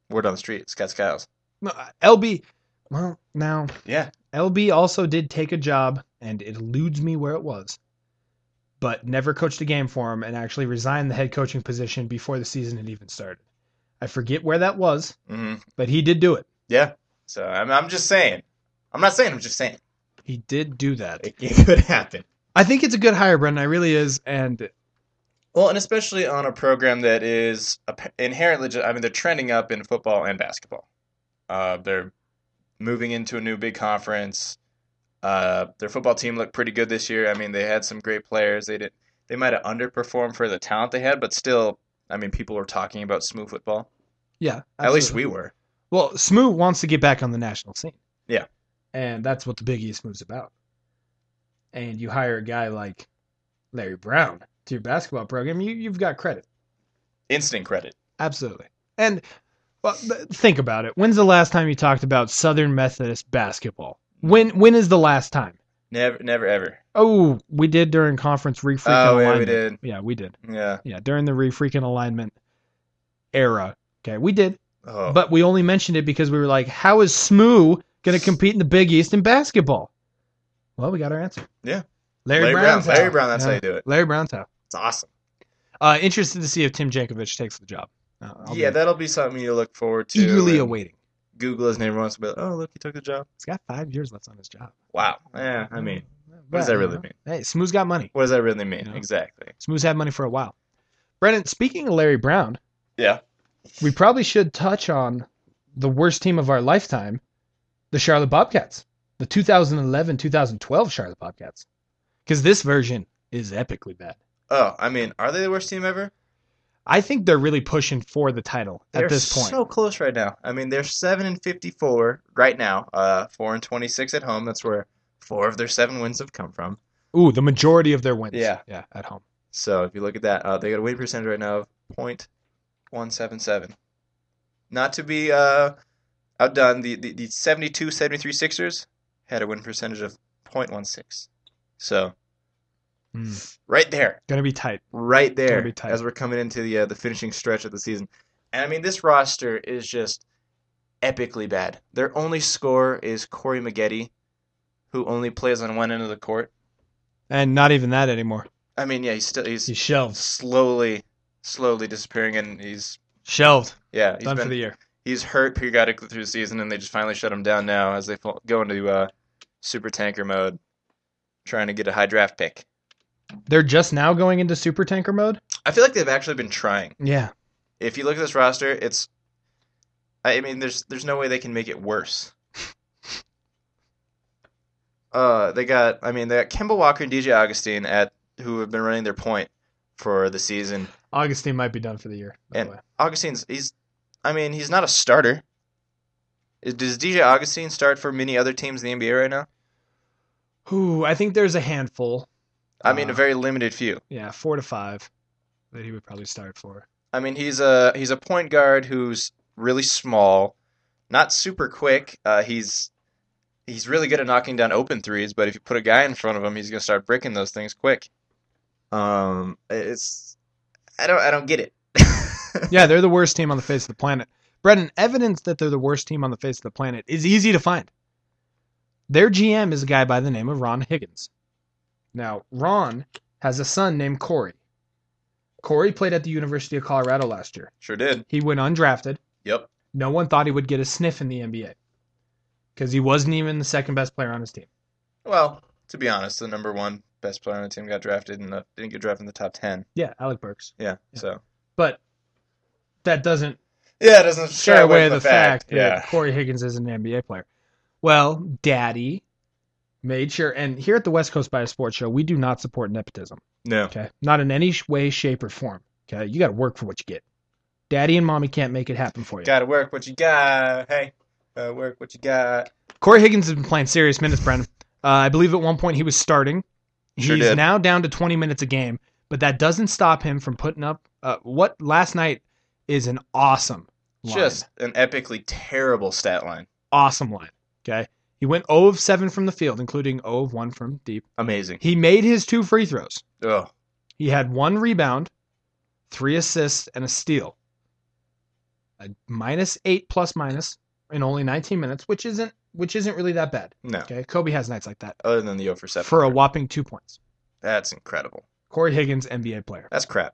Word on the street, Scott Skiles. No, uh, LB Well, now Yeah. LB also did take a job, and it eludes me where it was, but never coached a game for him and actually resigned the head coaching position before the season had even started. I forget where that was, hmm but he did do it. Yeah. So I'm, I'm just saying. I'm not saying. I'm just saying. He did do that. It, it could happen. I think it's a good hire, Brendan. I really is. And Well, and especially on a program that is ap- inherently, ju- I mean, they're trending up in football and basketball. Uh, they're moving into a new big conference. Uh, their football team looked pretty good this year. I mean, they had some great players. They did. They might have underperformed for the talent they had, but still, I mean, people were talking about smooth football. yeah, At least absolutely. we were. Well, Smoo wants to get back on the national scene. Yeah. And that's what the Big East move's about. And you hire a guy like Larry Brown to your basketball program, you, you've got credit. Instant credit. Absolutely. And well, th- think about it. When's the last time you talked about Southern Methodist basketball? When when is the last time? Never, never, ever. Oh, we did during conference refreaking Oh, yeah, we alignment. did. Yeah, we did. Yeah. Yeah, during the refreaking alignment era. Okay, we did. Oh. But we only mentioned it because we were like, how is SMU going to compete in the Big East in basketball? Well, we got our answer. Yeah. Larry, Larry Brown. Brown's Larry out. Brown, that's how you do it. Larry Brown's out. it's awesome. Uh, interested to see if Tim Jankovic takes the job. Uh, I'll yeah, be that'll be something you look forward to. eagerly and awaiting. Google his name once, but oh, look, he took the job. He's got five years left on his job. Wow. Yeah, I mean, But, does that you really know, mean? Hey, SMU's got money. what does that really mean? Mm-hmm. Yeah. Exactly. SMU's had money for a while. Brennan, speaking of Larry Brown, Yeah. we probably should touch on the worst team of our lifetime, the Charlotte Bobcats, the 2011 2012 Charlotte Bobcats. Because this version is epically bad. Oh, I mean, are they the worst team ever? I think they're really pushing for the title at this point. so close right now. I mean, they're seven and fifty-four right now. Uh, four and twenty-six at home. That's where four of their seven wins have come from. Ooh, the majority of their wins. Yeah. Yeah, at home. So if you look at that, uh, they got a win percentage right now of point one seven seven. Not to be uh, outdone, the, the, the 72 73 Sixers had a win percentage of 0.16. So, Hmm. right there. Gonna be tight. right there be tight. as we're coming into the uh, the finishing stretch of the season. And I mean, this roster is just epically bad. Their only scorer is Corey Maggette, who only plays on one end of the court. And not even that anymore. I mean, yeah, he's still he's He's shelved. slowly, slowly disappearing, and he's Shelved. yeah, he's Done been for the year. he's hurt periodically through the season, and they just finally shut him down now as they fall, go into uh, super tanker mode, trying to get a high draft pick. They're just now going into super tanker mode? I feel like they've actually been trying. Yeah. if you look at this roster, it's I I mean there's there's no way they can make it worse. [laughs] Uh they got I mean they got Kemba Walker and DJ Augustine at who have been running their point for the season. Augustine might be done for the year, by And the way. Augustine's he's I mean, he's not a starter. Is, does DJ Augustine start for many other teams in the NBA right now? Ooh, I think there's a handful. I mean, a Uh. very limited few. Yeah, four to five that he would probably start for. I mean, he's a he's a point guard who's really small, not super quick. Uh, he's he's really good at knocking down open threes, but if you put a guy in front of him, he's gonna start bricking those things quick. Um, it's I don't I don't get it. [laughs] Yeah, they're the worst team on the face of the planet. Brendan, evidence that they're the worst team on the face of the planet is easy to find. Their GM is a guy by the name of Ron Higgins. Now, Ron has a son named Corey. Corey played at the University of Colorado last year. Sure did. He went undrafted. Yep. No one thought he would get a sniff in the NBA because he wasn't even the second best player on his team. Well, to be honest, the number one best player on the team got drafted and uh, didn't get drafted in the top ten. Yeah, Alec Burks. Yeah. Yeah. So But that doesn't yeah, it doesn't shy away the, fact, that Yeah. Corey Higgins is an NBA player. Well, Daddy made sure, and here at the West Coast Bias Sports Show, we do not support nepotism. No. Okay, not in any sh- way, shape, or form. Okay, you got to work for what you get. Daddy and mommy can't make it happen for you. Gotta work what you got. Hey, uh, work what you got. Corey Higgins has been playing serious minutes, Brendan. Uh, I believe at one point he was starting. Sure He's did. now down to 20 minutes a game, but that doesn't stop him from putting up uh, what last night is an awesome, line. Just an epically terrible stat line. awesome line. Okay. He went 0 of 7 from the field, including 0 of 1 from deep. Amazing. He made his two free throws. Oh, He had one rebound, three assists, and a steal. A minus 8 plus minus in only 19 minutes, which isn't which isn't really that bad. No. Okay, Kobe has nights like that Other than the 0 for 7. for a whopping two points. That's incredible. Corey Higgins, NBA player. That's crap.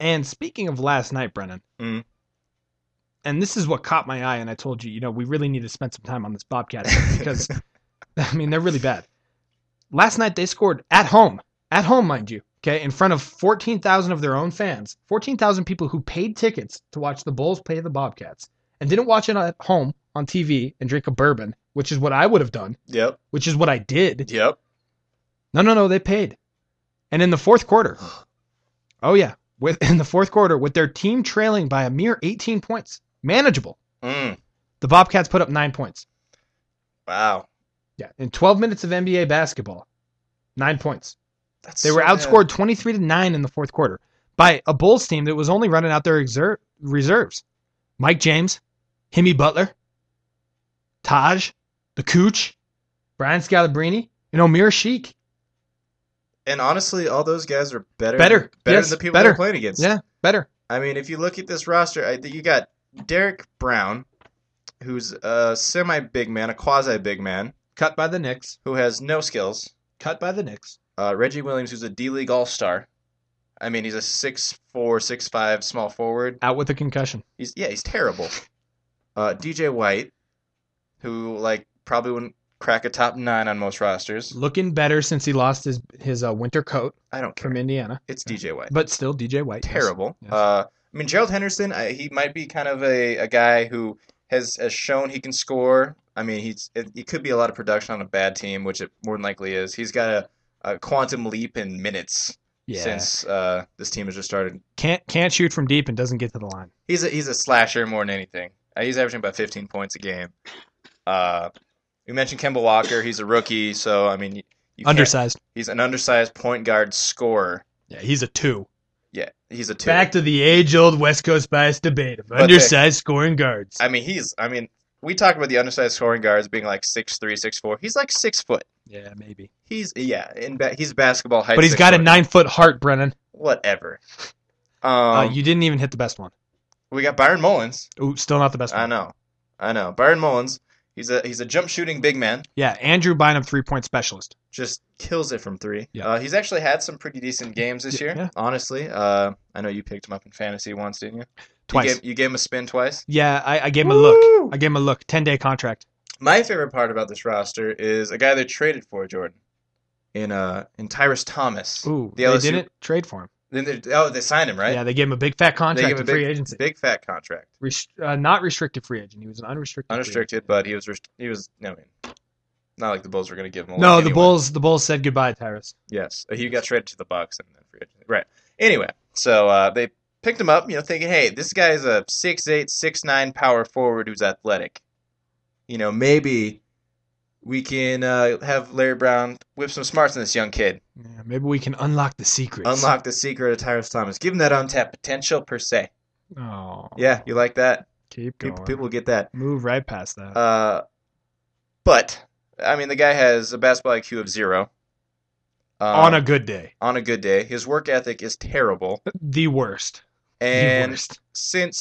And speaking of last night, Brennan, Mm. and this is what caught my eye, and I told you, you know, we really need to spend some time on this Bobcat stuff because, [laughs] I mean, they're really bad. Last night they scored at home, at home, mind you, okay, in front of 14,000 of their own fans, 14,000 people who paid tickets to watch the Bulls play the Bobcats and didn't watch it at home on TV and drink a bourbon, which is what I would have done, Yep. which is what I did. Yep. No, no, no, they paid. And in the fourth quarter, oh yeah, with [laughs] in the fourth quarter with their team trailing by a mere 18 points, manageable. Mm. The Bobcats put up 9 points. Wow. Yeah, in 12 minutes of NBA basketball, 9 points. That's They so were bad. outscored 23 to 9 in the fourth quarter by a Bulls team that was only running out their exer- reserves. Mike James, Himmy Butler, Taj, the Cooch, Brian Scalabrine, and Omir Sheik. And honestly, all those guys are better. Better. Better Yes, than the people better. they're playing against. Yeah, better. I mean, if you look at this roster, I think you got Derek Brown, who's a semi big man, a quasi big man, Cut by the Knicks. who has no skills. Cut by the Knicks. Uh, Reggie Williams, who's a D League All Star. I mean, he's a 6'4, 6'5 small forward. Out with a concussion. He's yeah, he's terrible. Uh, DJ White, who like probably wouldn't crack a top nine on most rosters. Looking better since he lost his his uh, winter coat I don't care. from Indiana, It's DJ White. but still DJ White. yes. terrible. Yes. Uh, I mean, Gerald Henderson, I, he might be kind of a, a guy who has, has shown he can score. I mean, he's it, he could be a lot of production on a bad team, which it more than likely is. He's got a, a quantum leap in minutes Yeah. since uh, this team has just started. can't can't shoot from deep and doesn't get to the line. He's a, he's a slasher more than anything. Uh, he's averaging about 15 points a game. Uh, we mentioned Kemba Walker. He's a rookie, so I mean, you, you can't- Undersized. He's an undersized point guard scorer. Yeah, he's a two. Yeah, he's a two. Back to the age old West Coast bias debate of they- undersized scoring guards. I mean, he's. I mean, we talk about the undersized scoring guards being like six three, six four. He's like six foot. yeah, maybe. He's yeah, in ba- he's basketball height. But he's six got a foot. nine foot heart, Brennan. Whatever. [laughs] Um, uh, you didn't even hit the best one. we got Byron Mullins. Ooh, still not the best I one. know, I know. Byron Mullins. He's a he's a jump shooting big man. Yeah, Andrew Bynum three point specialist. Just kills it from three. Yeah. Uh, he's actually had some pretty decent games this Yeah, year. yeah. Honestly, uh, I know you picked him up in fantasy once, didn't you? Twice. You gave, you gave him a spin twice. Yeah, I, I gave him a look. I gave him a look. Ten day contract. My favorite part about this roster is a guy they traded for Jordan, in uh in Tyrus Thomas. Ooh, the they LSU didn't trade for him. Then they, oh, they signed him, right? Yeah, they gave him a big fat they contract gave in him free big, agency. big fat contract, Rest- uh, not restricted free agent. He was an unrestricted. free unrestricted, but he was rest- he was. I mean, not like the Bulls were going to give him. A agent. No, lot the anyway. Bulls. The Bulls said goodbye, Tyrus. Yes, he got traded to the Bucks and then free agent. Right. Anyway, so uh, they picked him up, you know, thinking, hey, this guy is a six eight, six nine power forward who's athletic. You know, maybe we can uh, have Larry Brown whip some smarts on this young kid. Yeah, maybe we can unlock the secrets. Unlock the secret of Tyrus Thomas. Give him that untapped potential per se. Oh, Yeah, you like that? Keep going. People, people get that. move right past that. Uh, but I mean, the guy has a basketball IQ of zero. Uh, On a good day, on a good day, his work ethic [laughs] is terrible. the worst. the And worst. since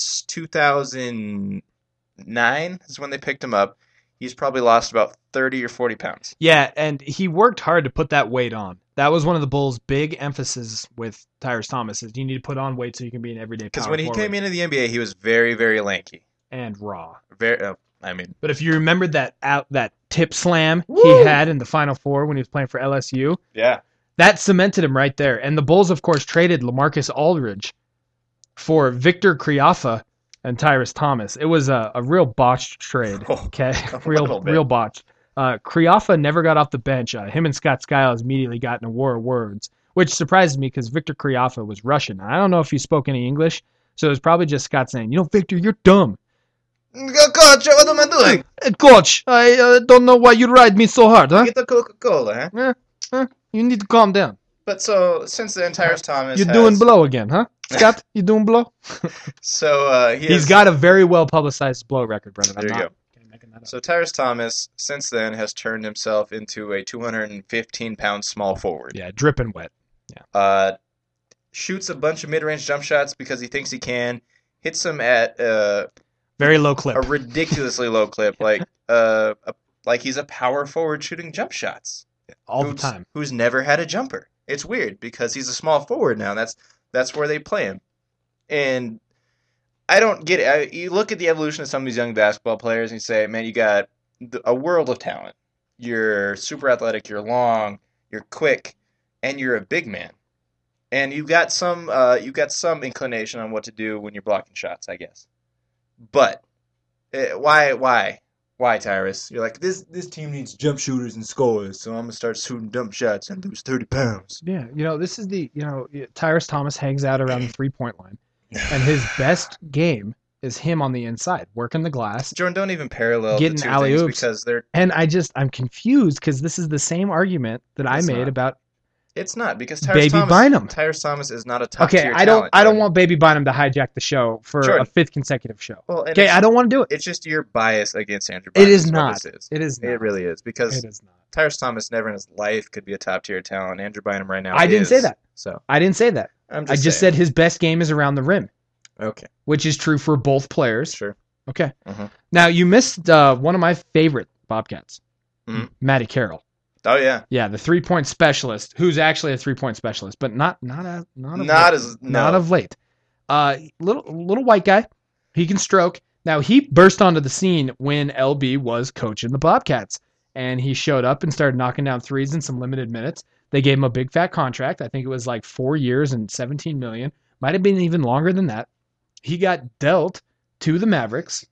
2009 is when they picked him up. He's probably lost about 30 or 40 pounds. Yeah, and he worked hard to put that weight on. That was one of the Bulls' big emphasis with Tyrus Thomas is you need to put on weight so you can be an everyday. Because power when he forward came into the NBA, he was very, very lanky. and raw. Very, uh, I mean, But if you remember that out that tip slam Woo! he had in the Final Four when he was playing for LSU, yeah, that cemented him right there. And the Bulls, of course, traded Lamarcus Aldridge for Victor Kriafa and Tyrus Thomas. It was a, a real botched trade. [laughs] Oh, Okay, a little real bit. real botch. Uh, Kriafa never got off the bench. Uh, him and Scott Skiles immediately got in a war of words, which surprised me because Victor Kriafa was Russian. I don't know if he spoke any English, so it was probably just Scott saying, "You know, Victor, you're dumb." Coach, what am I doing? Hey, coach, I uh, don't know why you ride me so hard, huh? Get the Coca Cola, huh? You need to calm down. But so since then, Tyrus Thomas, You're has- doing blow again, huh? Scott, you doing blow? So uh, he He's has- got a very well publicized blow record, Brendan. I'm There you not go. okay, making that up. So Tyrus Thomas, since then, has turned himself into a 215 pound small forward. Yeah, dripping wet. Uh, shoots a bunch of mid range jump shots because he thinks he can. Hits them at uh, Very low clip. a ridiculously low clip, like uh, a like he's a power forward shooting jump shots. all the who's- time. Who's never had a jumper. It's weird because he's a small forward now. That's that's where they play him. And I don't get it. I, you look at the evolution of some of these young basketball players and you say, man, you got th- a world of talent. You're super athletic. You're long. You're quick, and you're a big man. And you've got some uh, you've got some inclination on what to do when you're blocking shots, I guess. But eh, why why why, Tyrus? You're like this. This team needs jump shooters and scorers, so I'm gonna start shooting jump shots and lose thirty pounds. Yeah, you know, this is the you know, Tyrus Thomas hangs out around the three point [laughs] line, and his best game is him on the inside, working the glass. Jordan, don't even parallel Getting the two things alley-oops. because they're. And I just I'm confused because this is the same argument that I It's made not. about. It's not because Tyrus Baby Thomas. Bynum. Tyrus Thomas is not a top Okay, tier I don't talent, I don't Jordan. want Baby Bynum to hijack the show for a Jordan. fifth consecutive show. Well, and Okay, it's, I don't want to do it. it's just your bias against Andrew. It Bynum is what not. This is. It is not. It really is because It is not. Tyrus Thomas never in his life could be a top tier talent. Andrew Bynum right now. I didn't is. say that. So I didn't say that. I'm I just just saying. said his best game is around the rim, okay. which is true for both players. Sure. Okay. Mhm. Now you missed uh, one of my favorite Bobcats, Mhm. Matty Carroll. Oh yeah. Yeah, the three point specialist, who's actually a three point specialist, but not not a, not of Not late. as- not no. of late. Uh, little little white guy, he can stroke. Now he burst onto the scene when LB was coaching the Bobcats, and he showed up and started knocking down threes in some limited minutes. They gave him a big fat contract. I think it was like four years and seventeen million. Might have been even longer than that. He got dealt to the Mavericks,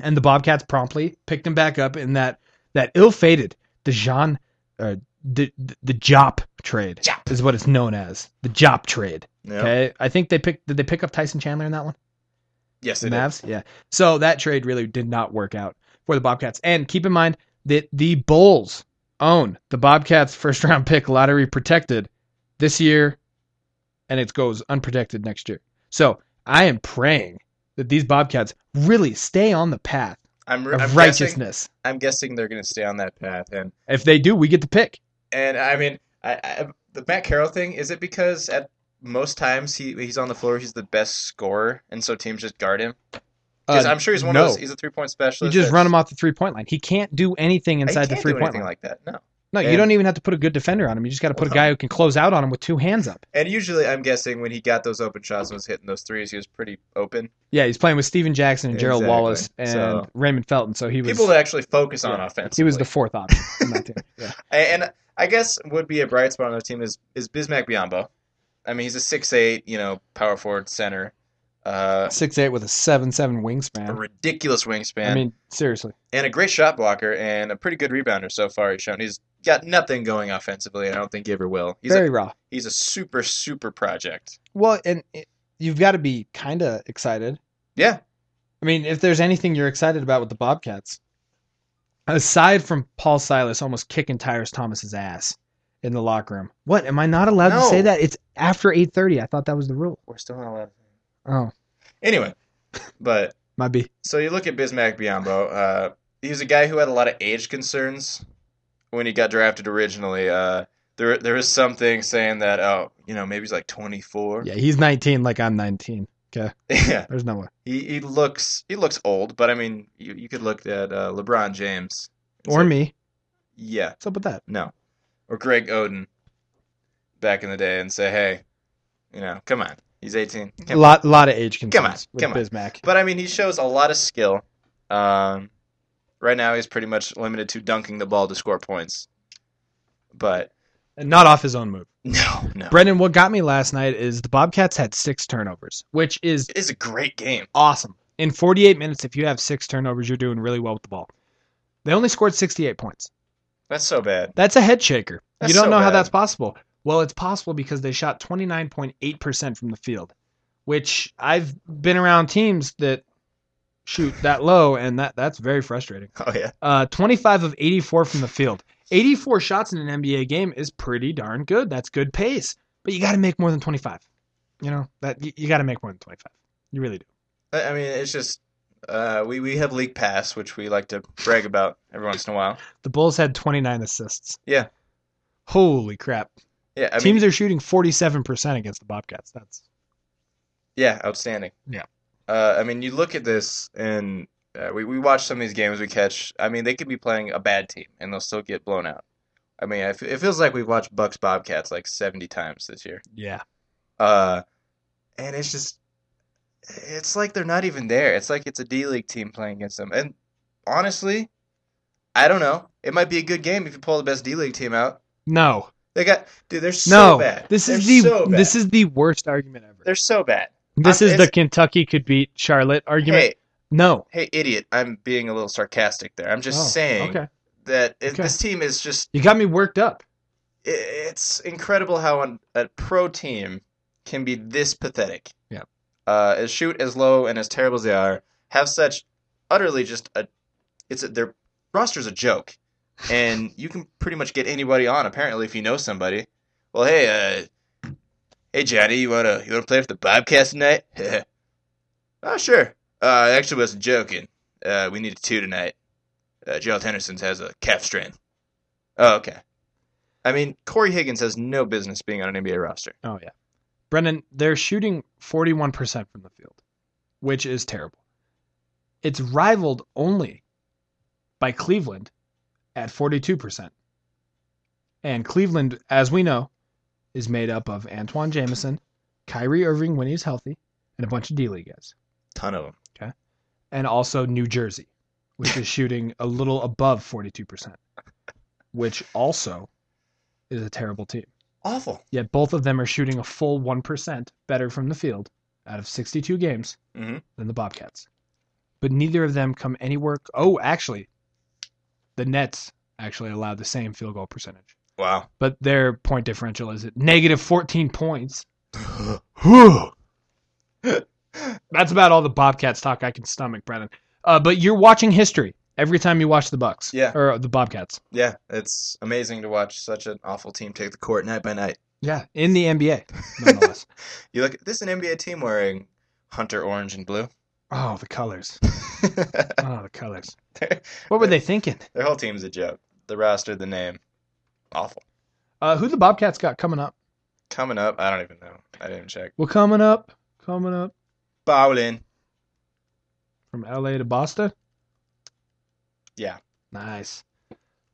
and the Bobcats promptly picked him back up in that that ill-fated Dejan uh, the the- the Jop trade Jop. is what it's known as the Jop trade. Yeah. Okay, I think they picked. Did they pick up Tyson Chandler in that one? Yes, The it is. Mavs, yeah. So that trade really did not work out for the Bobcats. And keep in mind that the Bulls own the Bobcats' first [laughs] round pick, lottery protected, this year, and it goes unprotected next year. So I am praying that these Bobcats really stay on the path I'm, re- of I'm guessing. righteousness. I'm guessing they're going to stay on that path, and If they do, we get the pick. And I mean, I, I the Matt Carroll thing is it because at most times he he's on the floor, he's the best scorer, and so teams just guard him. 'Cause Uh, I'm sure he's one no. of those. He's a three point You specialist. just run him off off the three point line. He can't do anything inside can't the three do point anything line. like that. No. no, you and- don't even have to put a good defender on him. You just got to put a Well, guy who can close out on him with two hands up. And usually, I'm guessing when he got those open shots and was hitting those threes, he was pretty open. Yeah, he's playing with Steven Jackson and Gerald Exactly. Wallace and So- Raymond Felton. So he was People that actually focus on Yeah. offense. he was the [laughs] fourth option. on that team. Yeah. And I guess would be a bright spot on the team is is Bismack Biombo. I mean, he's a six eight, you know, power forward center, uh, Six eight with a seven seven a wingspan. ridiculous wingspan. I mean, seriously. and a great shot blocker and a pretty good rebounder so far. He's shown he's got nothing going offensively. and I don't think he ever will. He's Very a, raw. he's a super super project. Well, and it, you've got to be kind of excited. Yeah, I mean, if there's anything you're excited about with the Bobcats, aside from Paul Silas almost kicking Tyrus Thomas's ass in the locker room, what am I not allowed to No. say that? It's after eight thirty. I thought that was the rule. we're still not allowed. Oh, Anyway, but might be. so you look at Bismack Biombo. Uh, he was a guy who had a lot of age concerns when he got drafted originally. Uh, there there is something saying that oh you know maybe he's like 24. Yeah, he's nineteen, like I'm nineteen. Okay, [laughs] yeah. there's no way. He he looks he looks old, but I mean you, you could look at uh, LeBron James and Or say, me. Yeah. What's up with that? No. Or Greg Oden back in the day and say, hey, you know, come on. He's 18. A Come on. lot, lot of age concerns Come on, with come on. Bismack. But I mean, he shows a lot of skill. Um, right now, he's pretty much limited to dunking the ball to score points. But And not off his own move. no, no. Brendan, what got me last night is the Bobcats had six turnovers, which is It is a great game. awesome. In 48 minutes, if you have six turnovers, you're doing really well with the ball. They only scored 68 points. That's so bad. That's a head shaker. That's you don't so know how bad. that's possible. Well, it's possible because they shot 29.8% from the field, which I've been around teams that shoot that low, and that that's very frustrating. Oh, yeah. Uh, 25 of 84 from the field. 84 shots in an NBA game is pretty darn good. That's good pace. But you got to make more than 25. You know, that you, got to make more than 25. You really do. I I mean, it's just uh, we, we have league pass, which we like to brag about every once in a while. The Bulls had 29 assists. Yeah. Holy crap. Yeah. I mean, Teams are shooting 47% against the Bobcats. That's Yeah, outstanding. Yeah. Uh, I mean, you look at this, and Uh, we, we watch some of these games we catch. I mean, they could be playing a bad team and they'll still get blown out. I mean, I f- it feels like we've watched Bucks Bobcats like 70 times this year. Yeah. Uh, and it's just, it's like they're not even there. It's like it's a D League team playing against them. And honestly, I don't know. It might be a good game if you pull the best D League team out. No. They got, dude, they're so No. bad. This is They're the so bad. this is the worst argument ever. They're so bad. this I'm- is the it's- Kentucky could beat Charlotte argument. Hey, no. hey, idiot! I'm being a little sarcastic there. I'm just Oh, saying Okay. that it, Okay. this team is just You got me worked up. i- it's incredible how an, a pro team can be this pathetic. Yeah. Uh, as shoot as low and as terrible as they are, have such utterly just a, it's a, their roster's a joke, and you can pretty much get anybody on apparently if you know somebody. Well, hey, uh, hey Johnny, you wanna you wanna play for the Bobcats tonight? [laughs] oh sure. Uh, I actually wasn't joking. Uh, we needed two tonight. Uh, Gerald Henderson's has a calf strain. Oh, okay. I mean, Corey Higgins has no business being on an NBA roster. Oh yeah. Brendan, they're shooting 41% from the field, which is terrible. It's rivaled only by Cleveland at 42%. And Cleveland, as we know, is made up of Antoine Jameson, Kyrie Irving when he's healthy, and a bunch of D-League guys. Ton of them. And also New Jersey, which is shooting a little above 42%, which also is a terrible team Awful. yet both of them are shooting a full 1% better from the field out of 62 games Mhm. than the Bobcats. But neither of them come anywhere. Oh, actually, the Nets actually allow the same field goal percentage, Wow. but their point differential is at negative 14 points. Whew. That's about all the Bobcats talk I can stomach, Brennan. Uh, but you're watching history every time you watch the Bucks, Yeah. or the Bobcats. Yeah, it's amazing to watch such an awful team take the court night by night. Yeah, in the NBA, nonetheless. You look this is an NBA team wearing hunter orange and blue. oh, the colors! Their Oh, the [laughs] colors! What were they thinking? whole team's a joke. The roster, the name. Awful. Uh, who the Bobcats got coming up? Coming up, I don't even know. I didn't even check. Well, coming up, coming up Bowling. from LA to Boston. Yeah. Nice,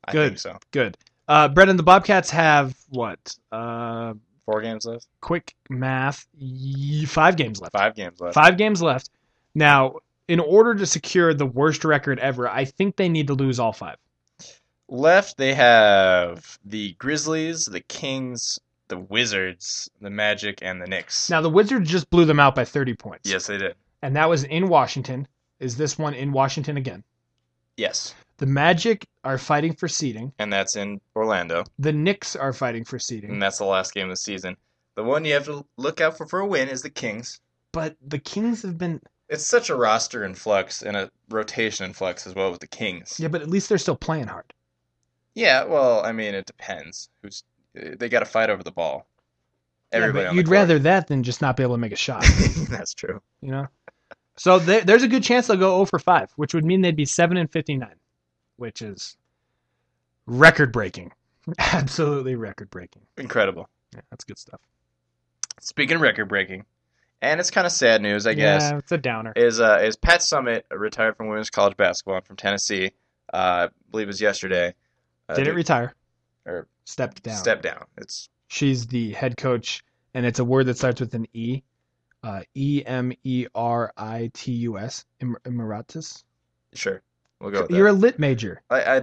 I Good. think so. good. Uh, Brendan, the Bobcats have what? Uh, Four games left? quick math: y- five games left. Five games left. Five games left. Now, in order to secure the worst record ever, I think they need to lose all five. left they have the Grizzlies, the Kings, the Wizards, the Magic, and the Knicks. Now, the Wizards just blew them out by 30 points. Yes, they did. and that was in Washington. Is this one in Washington again? Yes, The Magic are fighting for seeding. and that's in Orlando, The Knicks are fighting for seeding. and that's the last game of the season. The one you have to look out for for a win is the Kings. but the Kings have been It's such a roster in flux and a rotation in flux as well with the Kings. yeah, but at least they're still playing hard. Yeah, well, I mean, it depends. Who's uh, they got to fight over the ball. Everybody. yeah, but on the you'd court. rather that than just not be able to make a shot, [laughs] that's true. you know. So there, there's a good chance they'll go 0 for 5, which would mean they'd be 7 and 59, which is record breaking. [laughs] Absolutely record breaking. Incredible. Yeah, that's good stuff. Speaking of record breaking, and it's kind of sad news, I guess. Yeah, it's a downer. is uh, is Pat Summit retired from women's college basketball from Tennessee? Uh, I believe it was yesterday. Uh, Did it retire? or Stepped down. step down? It's She's the head coach, and it's a word that starts with an E. Uh, E M E R I T U S, Em- Emeritus. sure we'll go. With You're a that. lit major. I, I, I-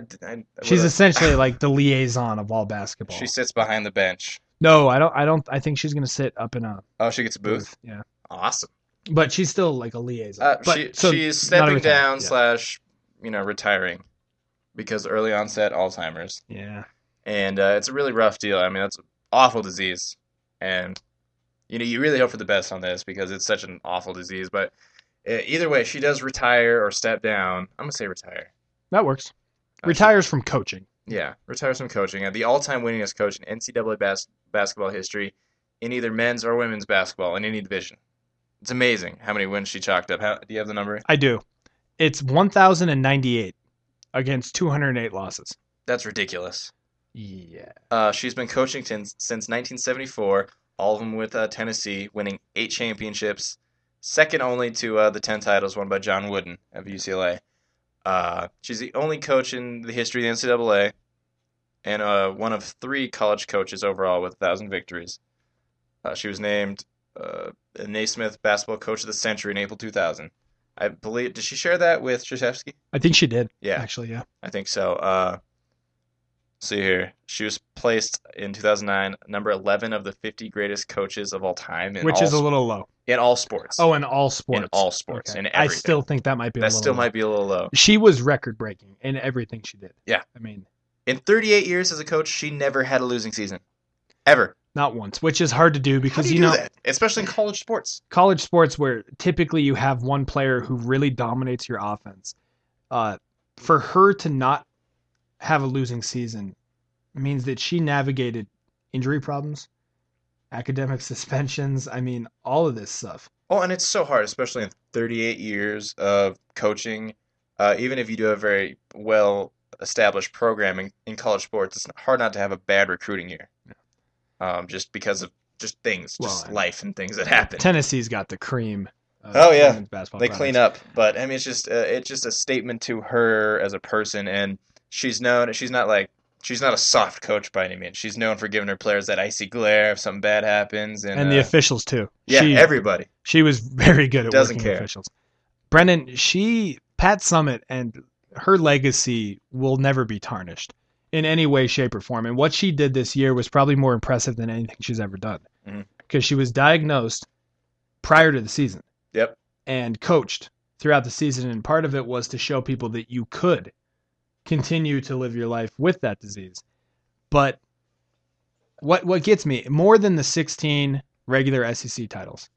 She's what essentially like [laughs] the liaison of all basketball. a- she sits behind the bench. no, I don't. I don't. I think she's gonna sit up in a Oh, she gets a booth. Yeah, Awesome. but she's still like a liaison. Uh, but, she, so not she's a stepping retirement, down slash you know retiring because early onset Alzheimer's Yeah. yeah. and uh, it's a really rough deal. I mean that's an awful disease and you know you really hope for the best on this because it's such an awful disease but uh, either way she does retire or step down i'm gonna say retire that works. Uh, she- Retires from coaching. yeah retires from coaching and the all-time winningest coach in ncaa bas- basketball history in either men's or women's basketball in any division it's amazing how many wins she chalked up how, do you have the number I do. It's one thousand and ninety-eight against two hundred and eight losses. that's ridiculous Yeah. uh, she's been coaching since since 1974 all of them with uh, tennessee winning eight championships second only to uh, the 10 titles won by john wooden of ucla Uh, she's the only coach in the history of the NCAA, and uh, one of three college coaches overall with 1,000 victories. Uh, she was named uh, the Naismith Basketball Coach of the Century in April 2000. I believe. Did she share that with Krzyzewski? I think she did. Yeah. Actually, yeah. I think so. Uh, see here, she was placed in 2009 number 11 of the 50 greatest coaches of all time, in Which all is a sp- little low. in all sports. Oh, in all sports. in all sports, Okay. in I everything. still think that might be. a that little still low. might be a little low. She was record breaking in everything she did. Yeah. I mean, In 38 years as a coach, she never had a losing season, ever. not once, which is hard to do How because do you, you, know do that, especially in college sports? college sports where typically you have one player who really dominates your offense. Uh, for her to not have a losing season means that she navigated injury problems, academic [laughs] suspensions. I mean, all of this stuff. Oh, and it's so hard, especially in 38 years of coaching. Uh, even if you do have very well established programming in college sports, it's hard not to have a bad recruiting year. Um, just because of just things, Well, just and- life and things that happen. Tennessee's got the cream. of Oh, yeah. women's basketball they clean products. up but i mean it's just uh, it's just a statement to her as a person and she's known she's not like she's not a soft coach by any means she's known for giving her players that icy glare if something bad happens and, and the uh, officials too. yeah She- everybody She was [laughs] very good at Doesn't working care. officials. Brendan, she Pat Summit and her legacy will never be tarnished in any way, shape, or form. And what she did this year was probably more impressive than anything she's ever done. Mhm. Because she was diagnosed prior to the season yep and coached throughout the season. And part of it was to show people that you could continue to live your life with that disease. But what what gets me more than the 16 regular SEC titles,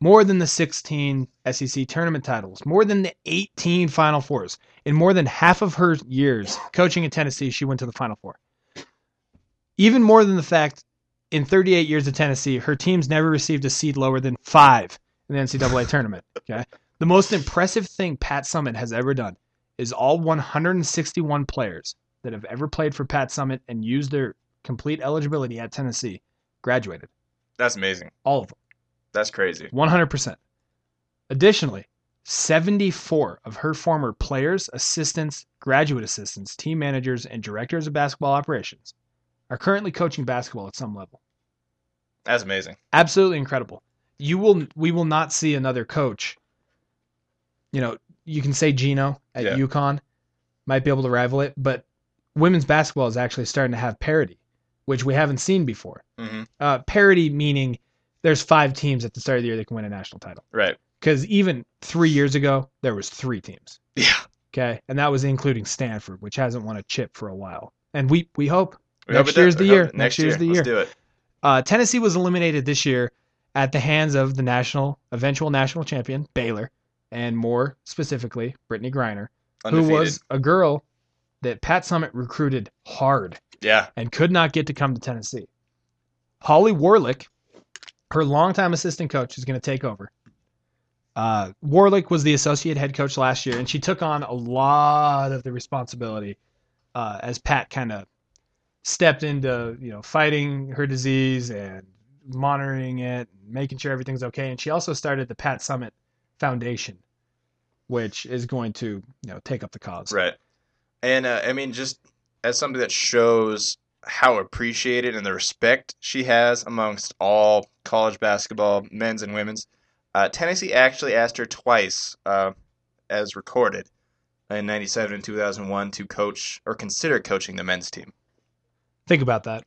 more than the 16 SEC tournament titles, more than the 18 Final Fours, in more than half of her years coaching at Tennessee, she went to the Final Four. Even more than the fact, in 38 years at Tennessee, her team's never received a seed lower than five in the NCAA tournament. Okay, the most impressive thing Pat Summit has ever done is all 161 players that have ever played for Pat Summit and used their complete eligibility at Tennessee graduated. that's amazing All of them, that's crazy 100%. Additionally, 74 of her former players, assistants, graduate assistants, team managers, and directors of basketball operations are currently coaching basketball at some level. that's amazing absolutely incredible. You will we will not see another coach. You know, you can say Gino at Yeah. UConn might be able to rival it, but women's basketball is actually starting to have parity, which we haven't seen before. hmm Uh, parity meaning there's five teams at the start of the year that can win a national title. right Because even three years ago, there was three teams. yeah Okay, and that was including Stanford, which hasn't won a chip for a while. And we we hope We hope next it year's does. the We year. hope- next year's year the year. let's do it Uh, Tennessee was eliminated this year at the hands of the national eventual national champion Baylor, and more specifically Brittany Griner, who was undefeated a girl that Pat Summit recruited hard yeah and could not get to come to Tennessee. Holly Warlick, her longtime assistant coach, is going to take over. Uh, Warlick was the associate head coach last year, and she took on a lot of the responsibility uh, as Pat kind of stepped into you know fighting her disease and monitoring it, making sure everything's okay. And she also started the Pat Summit Foundation, which is going to you know take up the cause. Right. And uh, I mean, just as something that shows how appreciated and the respect she has amongst all college basketball, men's and women's, uh, Tennessee actually asked her twice, uh, as recorded in 97 and 2001, to coach or consider coaching the men's team. [laughs] Think about that.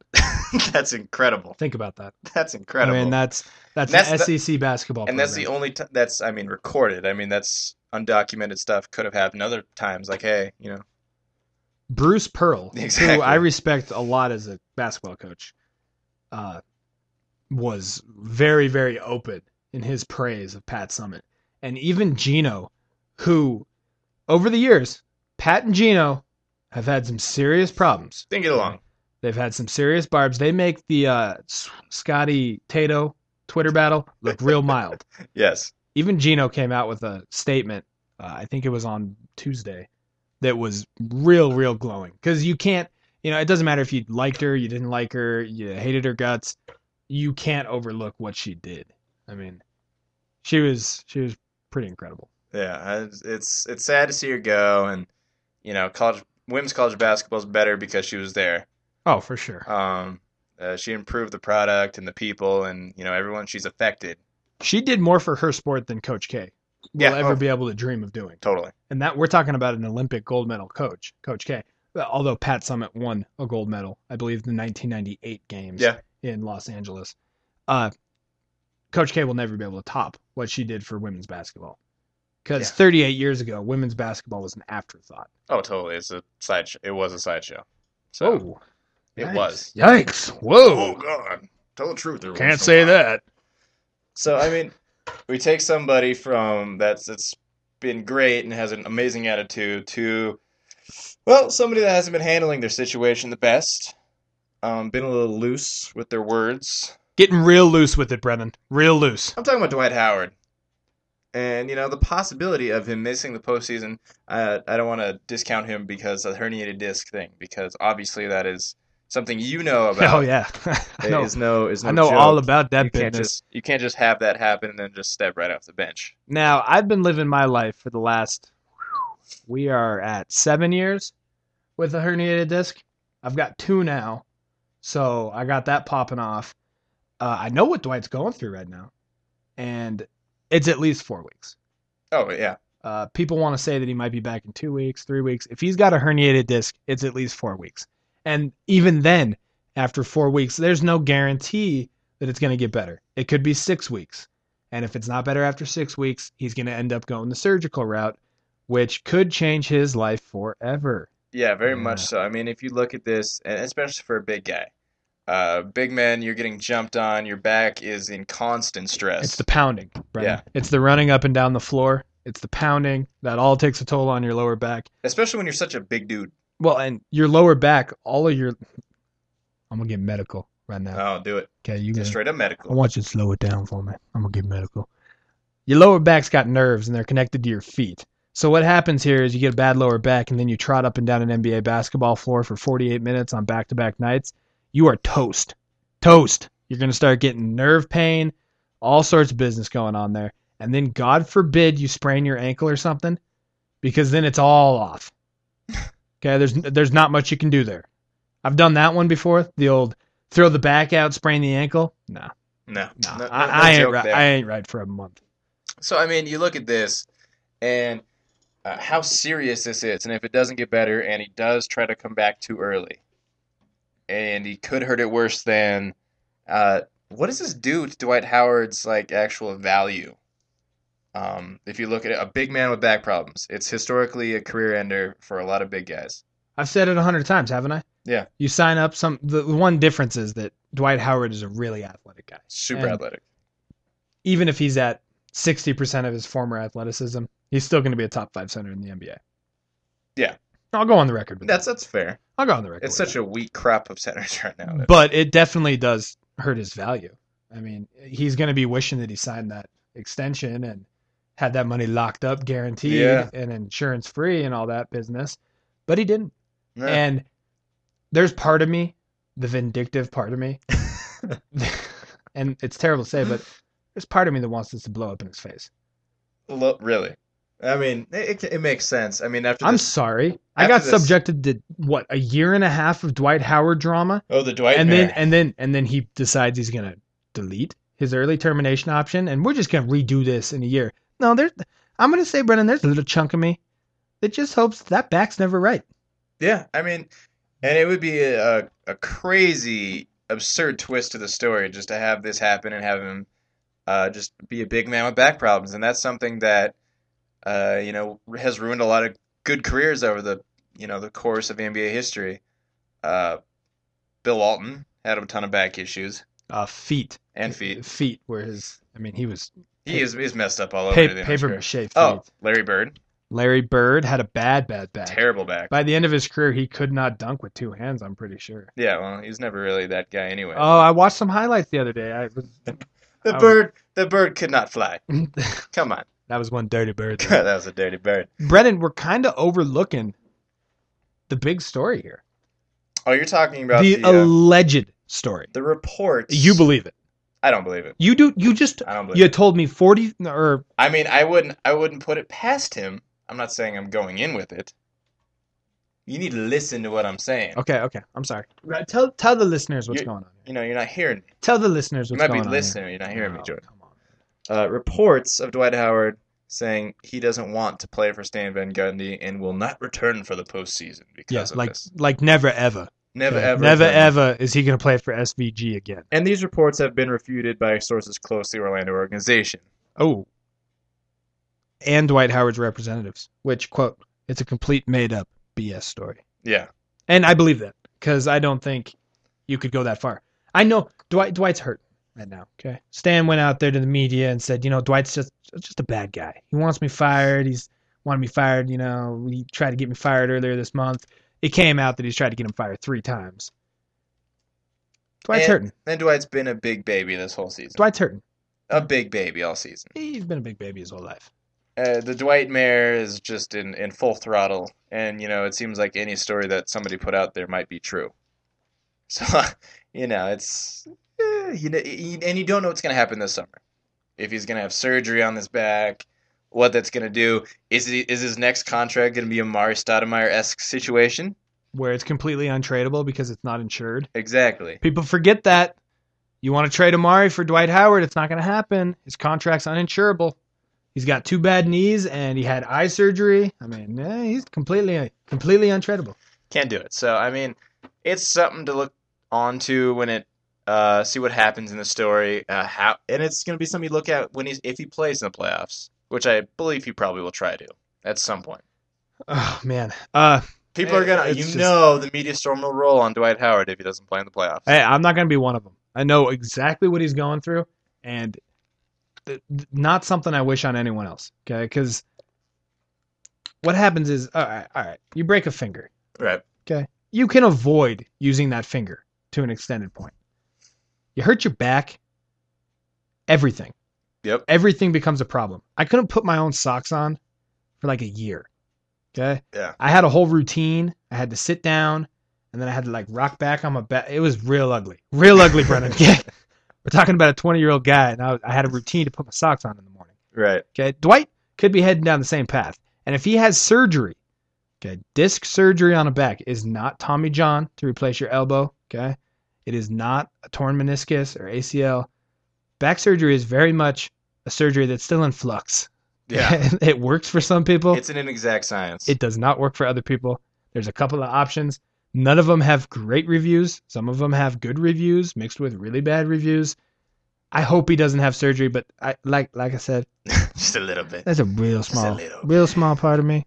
That's incredible. Think about that. That's incredible. I mean, that's that's, That's an the- SEC basketball. And that's the program. only t- that's I mean recorded. I mean that's undocumented stuff could have happened other times. Like hey, you know, [laughs] Bruce Pearl, Exactly. who I respect a lot as a basketball coach, uh, was very very open in his praise of Pat Summit, and even Gino, who over the years Pat and Gino have had some serious problems. didn't get along. They've had some serious barbs. They make the uh, S- Scotty Tato Twitter battle look real mild. Yes. even Gino came out with a statement. Uh, I think it was on Tuesday that was real, real glowing because you can't, you know, it doesn't matter if you liked her, you didn't like her, you hated her guts. You can't overlook what she did. I mean, she was she was pretty incredible. Yeah, I- it's it's sad to see her go, and you know, college women's college basketball is better because she was there. Oh, for sure. Um, uh, she improved the product and the people, and you know, everyone she's affected. She did more for her sport than Coach K will Yeah, ever oh. be able to dream of doing. Totally. And that we're talking about an Olympic gold medal coach, Coach K. Although Pat Summit won a gold medal, I believe the 1998 games Yeah. in Los Angeles. Uh, coach K will never be able to top what she did for women's basketball. Cuz Yeah. 38 years ago, women's basketball was an afterthought. Oh, totally. It's a side. It was a sideshow. So Whoa. it Yikes. was. Oh. Oh, Yikes. Whoa. God! Tell the truth. Oh. Can't say that. So I mean, we take somebody from that's that's been great and has an amazing attitude to, well, somebody that hasn't been handling their situation the best, um, been a little loose with their words. Getting real loose with it, Brennan. Real loose. I'm talking about Dwight Howard, and you know the possibility of him missing the postseason. Uh, I don't want to discount him because of the herniated disc thing, because obviously that is something you know [laughs] Oh about. yeah. I It know, is no is I no know joke. all about that You business. can't just you can't just have that happen and then just step right off the bench. Now, I've been living my life for the last, we are at seven years with a herniated disc. I've got two now. So I got that popping off. Uh, I know what Dwight's going through right now, and it's at least four weeks. Oh yeah. Uh, people want to say that he might be back in two weeks, three weeks. If he's got a herniated disc, it's at least four weeks. And even then, after four weeks, there's no guarantee that it's going to get better. It could be six weeks. And if it's not better after six weeks, he's going to end up going the surgical route, which could change his life forever. Yeah, very much Yeah. so. I mean, if you look at this, and especially for a big guy, uh, big man, you're getting jumped on. Your back is in constant stress. It's the pounding, right? Yeah. It's the running up and down the floor. It's the pounding. That all takes a toll on your lower back. especially when you're such a big dude. Well, and your lower back, all of your. I'm going to get medical right now. Oh, do it. okay, you Just can. straight up I medical. want you to slow it down for me. I'm gonna get medical. Your lower back's got nerves and they're connected to your feet. So what happens here is you get a bad lower back and then you trot up and down an NBA basketball floor for 48 minutes on back-to-back nights. You are toast. Toast. You're gonna start getting nerve pain, all sorts of business going on there. And then God forbid you sprain your ankle or something, because then it's all off. Okay, there's there's not much you can do there. I've done that one before. The old throw the back out, sprain the ankle. Nah. No, No, no, I, no I ain't joke right. there. I ain't right for a month. So, I mean, you look at this and uh, how serious this is, and if it doesn't get better, and he does try to come back too early, and he could hurt it worse than. Uh, what does this do to Dwight Howard's like actual value? Um, if you look at it, a big man with back problems, it's historically a career ender for a lot of big guys. I've said it a hundred times, haven't I? Yeah. You sign up. Some the, the one difference is that Dwight Howard is a really athletic guy. Super And- athletic. Even if he's at sixty percent of his former athleticism, he's still going to be a top five center in the NBA. Yeah. I'll go on the record. With that. That's that's fair. I'll go on the record. It's with such a weak crop of centers [laughs] right now. that. But it definitely does hurt his value. I mean, he's going to be wishing that he signed that extension and had that money locked up, guaranteed, Yeah. and insurance free, and all that business. But he didn't. No. And there's part of me, the vindictive part of [laughs] me, and it's terrible to say, but there's part of me that wants this to blow up in his face. Lo- really, I mean, it, it, it makes sense. I mean, after I'm this, sorry. I got after this- subjected to what a year and a half of Dwight Howard drama, oh the Dwight and Mayer. then and then and then he decides he's gonna delete his early termination option, and we're just gonna redo this in a year. No, there's. I'm gonna say, Brennan, there's a little chunk of me that just hopes that back's never right. Yeah, I mean, and it would be a, a, a crazy, absurd twist to the story just to have this happen and have him uh, just be a big man with back problems. And that's something that, uh, you know, has ruined a lot of good careers over the, you know, the course of NBA history. Uh, Bill Walton had a ton of back issues Uh, feet and feet. Feet were his. I mean, he was He is he's messed up all over pa- the paper, NFL career. mache feet. Oh, Larry Bird, Larry Bird had a bad, bad back. terrible back. By the end of his career, he could not dunk with two hands. I'm pretty sure. Yeah, well, he's never really that guy anyway. Oh, I watched some highlights the other day. I was, [laughs] The I- bird, the bird could not fly. Come on, that was one dirty [laughs] bird. that was a dirty bird. Brennan, we're kind of overlooking the big story here, Oh, you're talking about the, the uh, alleged story. the reports. You believe it? I don't believe it. You do? You just I don't believe you it. told me forty or I mean, I wouldn't. I wouldn't put it past him. I'm not saying I'm going in with it, You need to listen to what I'm saying. Okay, okay. I'm sorry. Right, tell tell the listeners what's You- going on. You know, you're not hearing me. Tell the listeners You what's might going be on. listening. You're not hearing me, Oh, Jordan. come on. Uh, reports of Dwight Howard saying he doesn't want to play for Stan Van Gundy and will not return for the postseason because Yeah, of like this. like never ever. Never Yeah, ever. never return. ever is he going to play for SVG again. And these reports have been refuted by sources close to the Orlando organization. Oh. And Dwight Howard's representatives, which quote, it's a complete made up BS story. Yeah. And I believe that because I don't think you could go that far. I know Dwight. Dwight's hurt right now. Okay. Stan went out there to the media and said, you know, Dwight's just just a bad guy. He wants me fired. He's wanted me fired. You know, he tried to get me fired earlier this month. It came out that he's tried to get him fired three times. Dwight's and, hurting. And Dwight's been a big baby this whole season. Dwight's hurting. a big baby all season. He's been a big baby his whole life. Uh, the Dwight Mayor is just in, in full throttle, and you know it seems like any story that somebody put out there might be true. [laughs] So you know it's eh, you know, you- and you don't know what's going to happen this summer. If he's going to have surgery on his back, what that's going to do is he, is his next contract going to be a Mari Stoudemire esque situation? Where it's completely untradeable because it's not insured. Exactly. People forget that. You want to trade Amari for Dwight Howard? It's not going to happen. His contract's uninsurable. He's got two bad knees and he had eye surgery. I mean, eh, he's completely completely untradeable. Can't do it. So I mean, it's something to look onto when it uh, see what happens in the story. Uh, how and it's going to be something you look at when he's if he plays in the playoffs, which I believe he probably will try to at some point. Oh man. Uh, People are Eh, gonna, it's you just- know, the media storm will roll on Dwight Howard if he doesn't play in the playoffs. hey, I'm not going to be one of them. I know exactly what he's going through, and th- th- not something I wish on anyone else. Okay, because what happens is, all right, all right, you break a finger. Right. you can avoid using that finger to an extended point. You hurt your back, everything. Yep. Everything becomes a problem. I couldn't put my own socks on for like a year. Okay. Yeah. I had a whole routine. I had to sit down and then I had to like rock back on my back. It was real ugly. Real ugly, Brennan. Okay. We're talking about a 20 year old guy and I, I had a routine to put my socks on in the morning. Right. Okay. Dwight could be heading down the same path. And if he has surgery, okay, disc surgery on a back is not Tommy John to replace your elbow. Okay. It is not a torn meniscus or ACL. Back surgery is very much a surgery that's still in flux. [laughs] Yeah. it works for some people, it's an inexact science. it does not work for other people. There's a couple of options. None of them have great reviews. Some of them have good reviews mixed with really bad reviews. I hope he doesn't have surgery, but I like like I said, [laughs] Just a [laughs] little bit. that's a real a small, little real small part of me.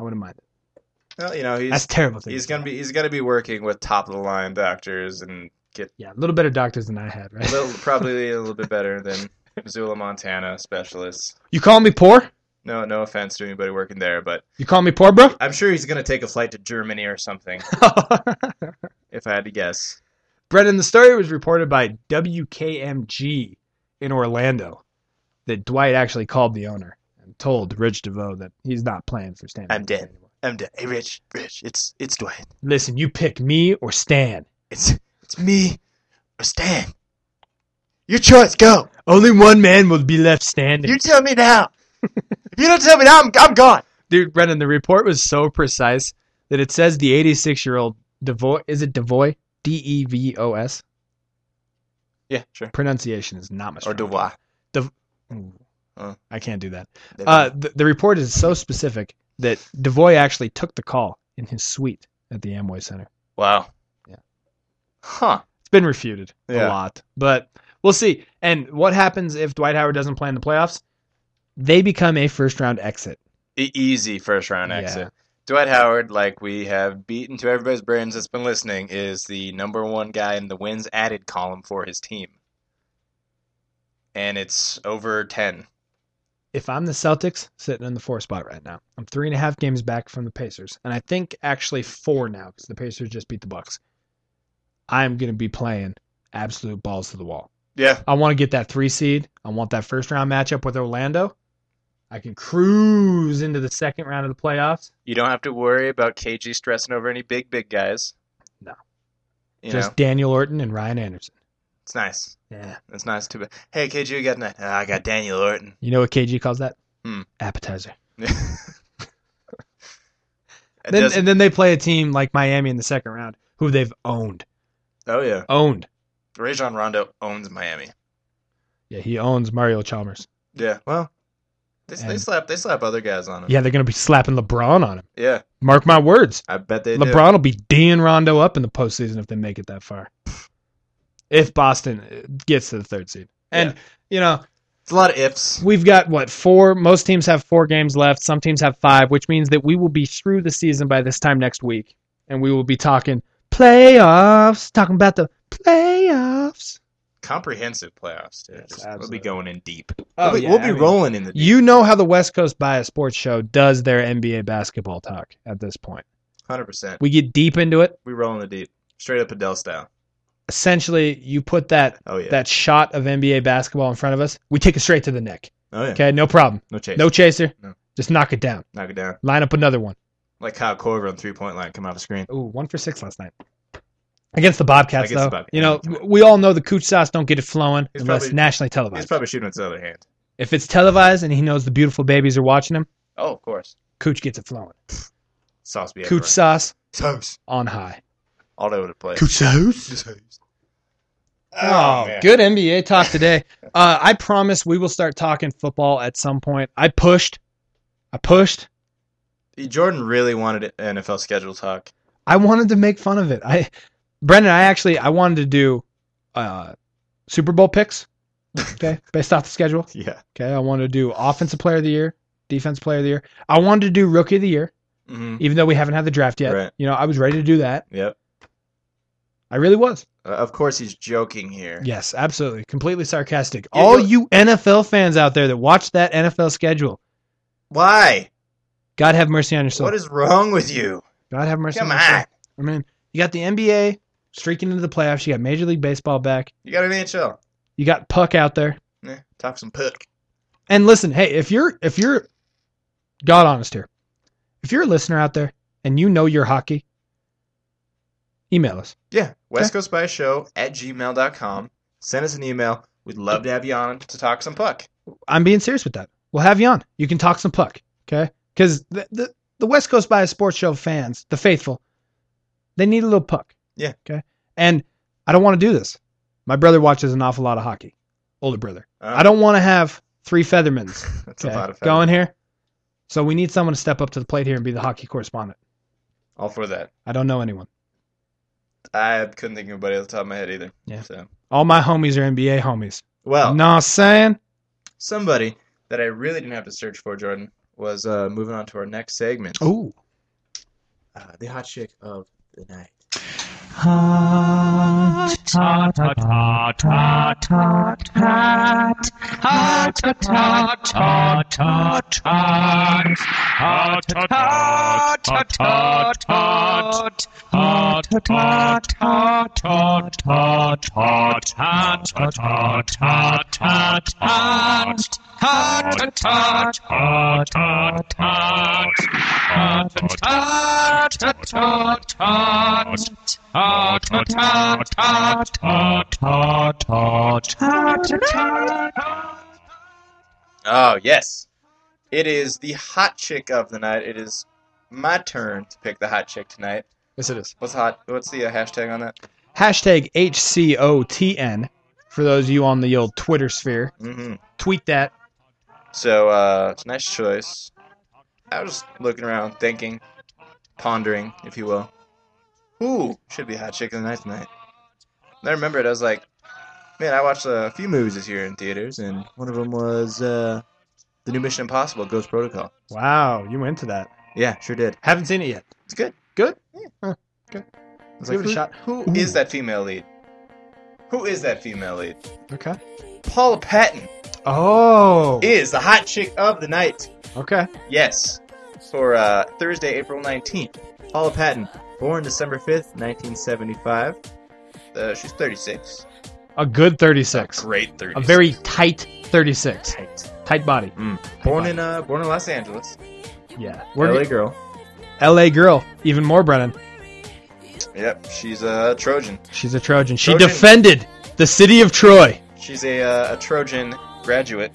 I wouldn't mind it. Well, you know, That's he's terrible. Thing he's to gonna say. be he's gonna be working with top of the line doctors and get yeah, a little better doctors than I had, right? a little, probably a little bit better than Missoula, Montana specialists. [laughs] you call me poor? No, no offense to anybody working there, but You call me poor, bro? [laughs] I'm sure he's gonna take a flight to Germany or something. [laughs] if I had to guess, Brendan, the story was reported by WKMG in Orlando that Dwight actually called the owner and told Rich DeVoe that he's not playing for Stan. Van I'm Gundy dead. anymore. I'm done. Hey, Rich, Rich, it's it's Dwight. Listen, you pick me or Stan. It's it's me or Stan. Your choice. Go. Only one man will be left standing. tell me now. if you don't tell me now, I'm I'm gone. Dude, Brendan, the report was so precise that it says the 86 year old Devoy, is it Devoy? D E V O S? Yeah, sure. Pronunciation is not much. Or Devoir. Uh. I can't do that. Uh, the, the report is so specific that Devoy actually took the call in his suite at the Amway Center. wow. Yeah. Huh. It's been refuted a Yeah. lot, but we'll see. And what happens if Dwight Howard doesn't play in the playoffs? They become a first round exit. E- easy first round Yeah. exit. Dwight Howard, like we have beaten to everybody's brains that's been listening, is the number one guy in the wins added column for his team. And it's over 10. if I'm the Celtics sitting in the four spot right now, I'm three and a half games back from the Pacers, and I think actually four now because the Pacers just beat the Bucks. I'm gonna be playing absolute balls to the wall. Yeah. I want to get that three seed. I want that first round matchup with Orlando. I can cruise into the second round of the playoffs. You don't have to worry about KG stressing over any big, big guys. No. You just know, Daniel Orton and Ryan Anderson. it's nice. Yeah. It's nice to be. Hey, KG, you got that? Ah, I got Daniel Orton. [laughs] You know what KG calls that? Hmm. Appetizer. It Then, doesn't- and then they play a team like Miami in the second round, who they've owned, oh yeah, owned. Rajon Rondo owns Miami. Yeah, he owns Mario Chalmers. Yeah, well, they, they And- slap they slap other guys on him. Yeah, they're gonna be slapping LeBron on him. yeah, Mark my words, I bet they do. LeBron will be D'ing Rondo up in the postseason if they make it that far. If Boston uh, gets to the third seed, and you know It's a lot of ifs. we've got what four most teams have four games left some teams have five which means that we will be through the season by this time next week and we will be talking playoffs talking about the playoffs Comprehensive playoffs. Dude. Yes, Just- we'll absolutely. be going in deep. Oh, we'll be, yeah, we'll be I mean- rolling in the deep. you know how the west coast bias sports show does their nba basketball talk at this point Hundred percent. we get deep into it We roll in the deep, straight up Adele style. essentially you put that Oh yeah. that shot of nba basketball in front of us we take it straight to the neck oh yeah. okay no problem No chase. no chaser No. just knock it down Knock it down. line up another one Like Kyle Korver on three point line, come off the screen. Ooh, one for six last night. Against the Bobcats, Against though. the Bobcats. You know, w- we all know the cooch sauce don't get it flowing He's unless probably- nationally He's televised. probably shooting with his other hand. if it's televised and he knows the beautiful babies are watching him, Oh, of course. cooch gets it flowing. Sauce be Cooch sauce toast. on high. All over the place. sauce. Oh, man. good NBA talk [laughs] today. uh, I promise we will start talking football at some point. I pushed. I pushed. Jordan really wanted an NFL schedule talk. I wanted to make fun of it. I, Brendan, I actually I wanted to do uh, Super Bowl picks. [laughs] Okay, based off the schedule. Yeah. Okay, I wanted to do offensive player of the year, defense player of the year. I wanted to do rookie of the year, Mm-hmm. even though we haven't had the draft yet. Right. You know, I was ready to do that. Yep. I really was. Uh, of course, he's joking here. Yes, absolutely, completely sarcastic. Yeah, All go- you NFL fans out there that watch that NFL schedule, Why? God have mercy on your soul. what is wrong with you? God have mercy Come on your soul. on. I mean, you got the NBA streaking into the playoffs. You got Major League Baseball back. You got an NHL. You got Puck out there. Yeah, talk some puck. And listen, hey, if you're if you're God honest here, if you're a listener out there and you know your hockey, email us. Yeah. West Coast by Show at gmail.com. Send us an email. We'd love to have you on to talk some puck. I'm being serious with that. We'll have you on. You can talk some puck, okay? Because the, the the West Coast Bias Sports Show fans, the faithful, they need a little puck. Yeah. Okay. And I don't want to do this. My brother watches an awful lot of hockey. Older brother. Uh, I don't want to have three [laughs] Feathermans That's okay, a lot of fun. going here. So we need someone to step up to the plate here and be the hockey correspondent. All for that. I don't know anyone. I couldn't think of anybody off the top of my head either. Yeah. So. All my homies are NBA homies. Well, Nah, saying somebody that I really didn't have to search for, Jordan, was uh, moving on to our next segment. Ooh. Uh, the hot chick of the night. Oh, yes. It is the hot chick of the night. It is my turn to pick the hot chick tonight. Yes, it is. What's hot? What's the uh, hashtag on that? Hashtag HCOTN for those of you on the old Twitter sphere. Mm-hmm. Tweet that. So, uh, it's a nice choice. I was looking around, thinking, pondering, if you will. Who should be hot chick of the night tonight? And I remembered, I was like, man, I watched a few movies this year in theaters, and one of them was uh, the new Mission Impossible Ghost Protocol. Wow, you went to that. Yeah, sure did. Haven't seen it yet. It's good. Good? I Give was like, it a who- shot. Who Ooh. is that female lead? Who is that female lead? Okay. Paula Patton Oh. is the hot chick of the night. okay. Yes. For uh, Thursday, April 19th. Paula Patton, born December 5th, 1975. Uh, she's 36. A good 36. Great 30. A very tight 36. tight. Tight body. Born in uh, born in Los Angeles. Yeah. LA We're girl. LA, girl. Even more, Brennan. Yep, she's a Trojan. She's a Trojan. She Trojan. defended the city of Troy. She's a, uh, a Trojan graduate.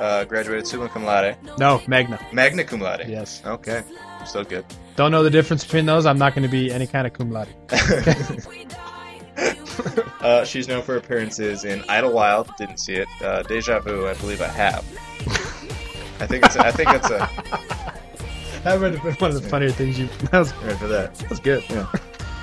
Uh, graduated summa cum laude, No, Magna. magna cum laude. Yes. Okay, so good. Don't know the difference between those. I'm not going to be any kind of cum laude. Uh, she's known for appearances in Idlewild. Didn't see it. Uh, Deja Vu. I believe I have. I think it's. A, I think it's a. [laughs] That would have been one of the funnier things you. [laughs] That was, Right for that. that was good.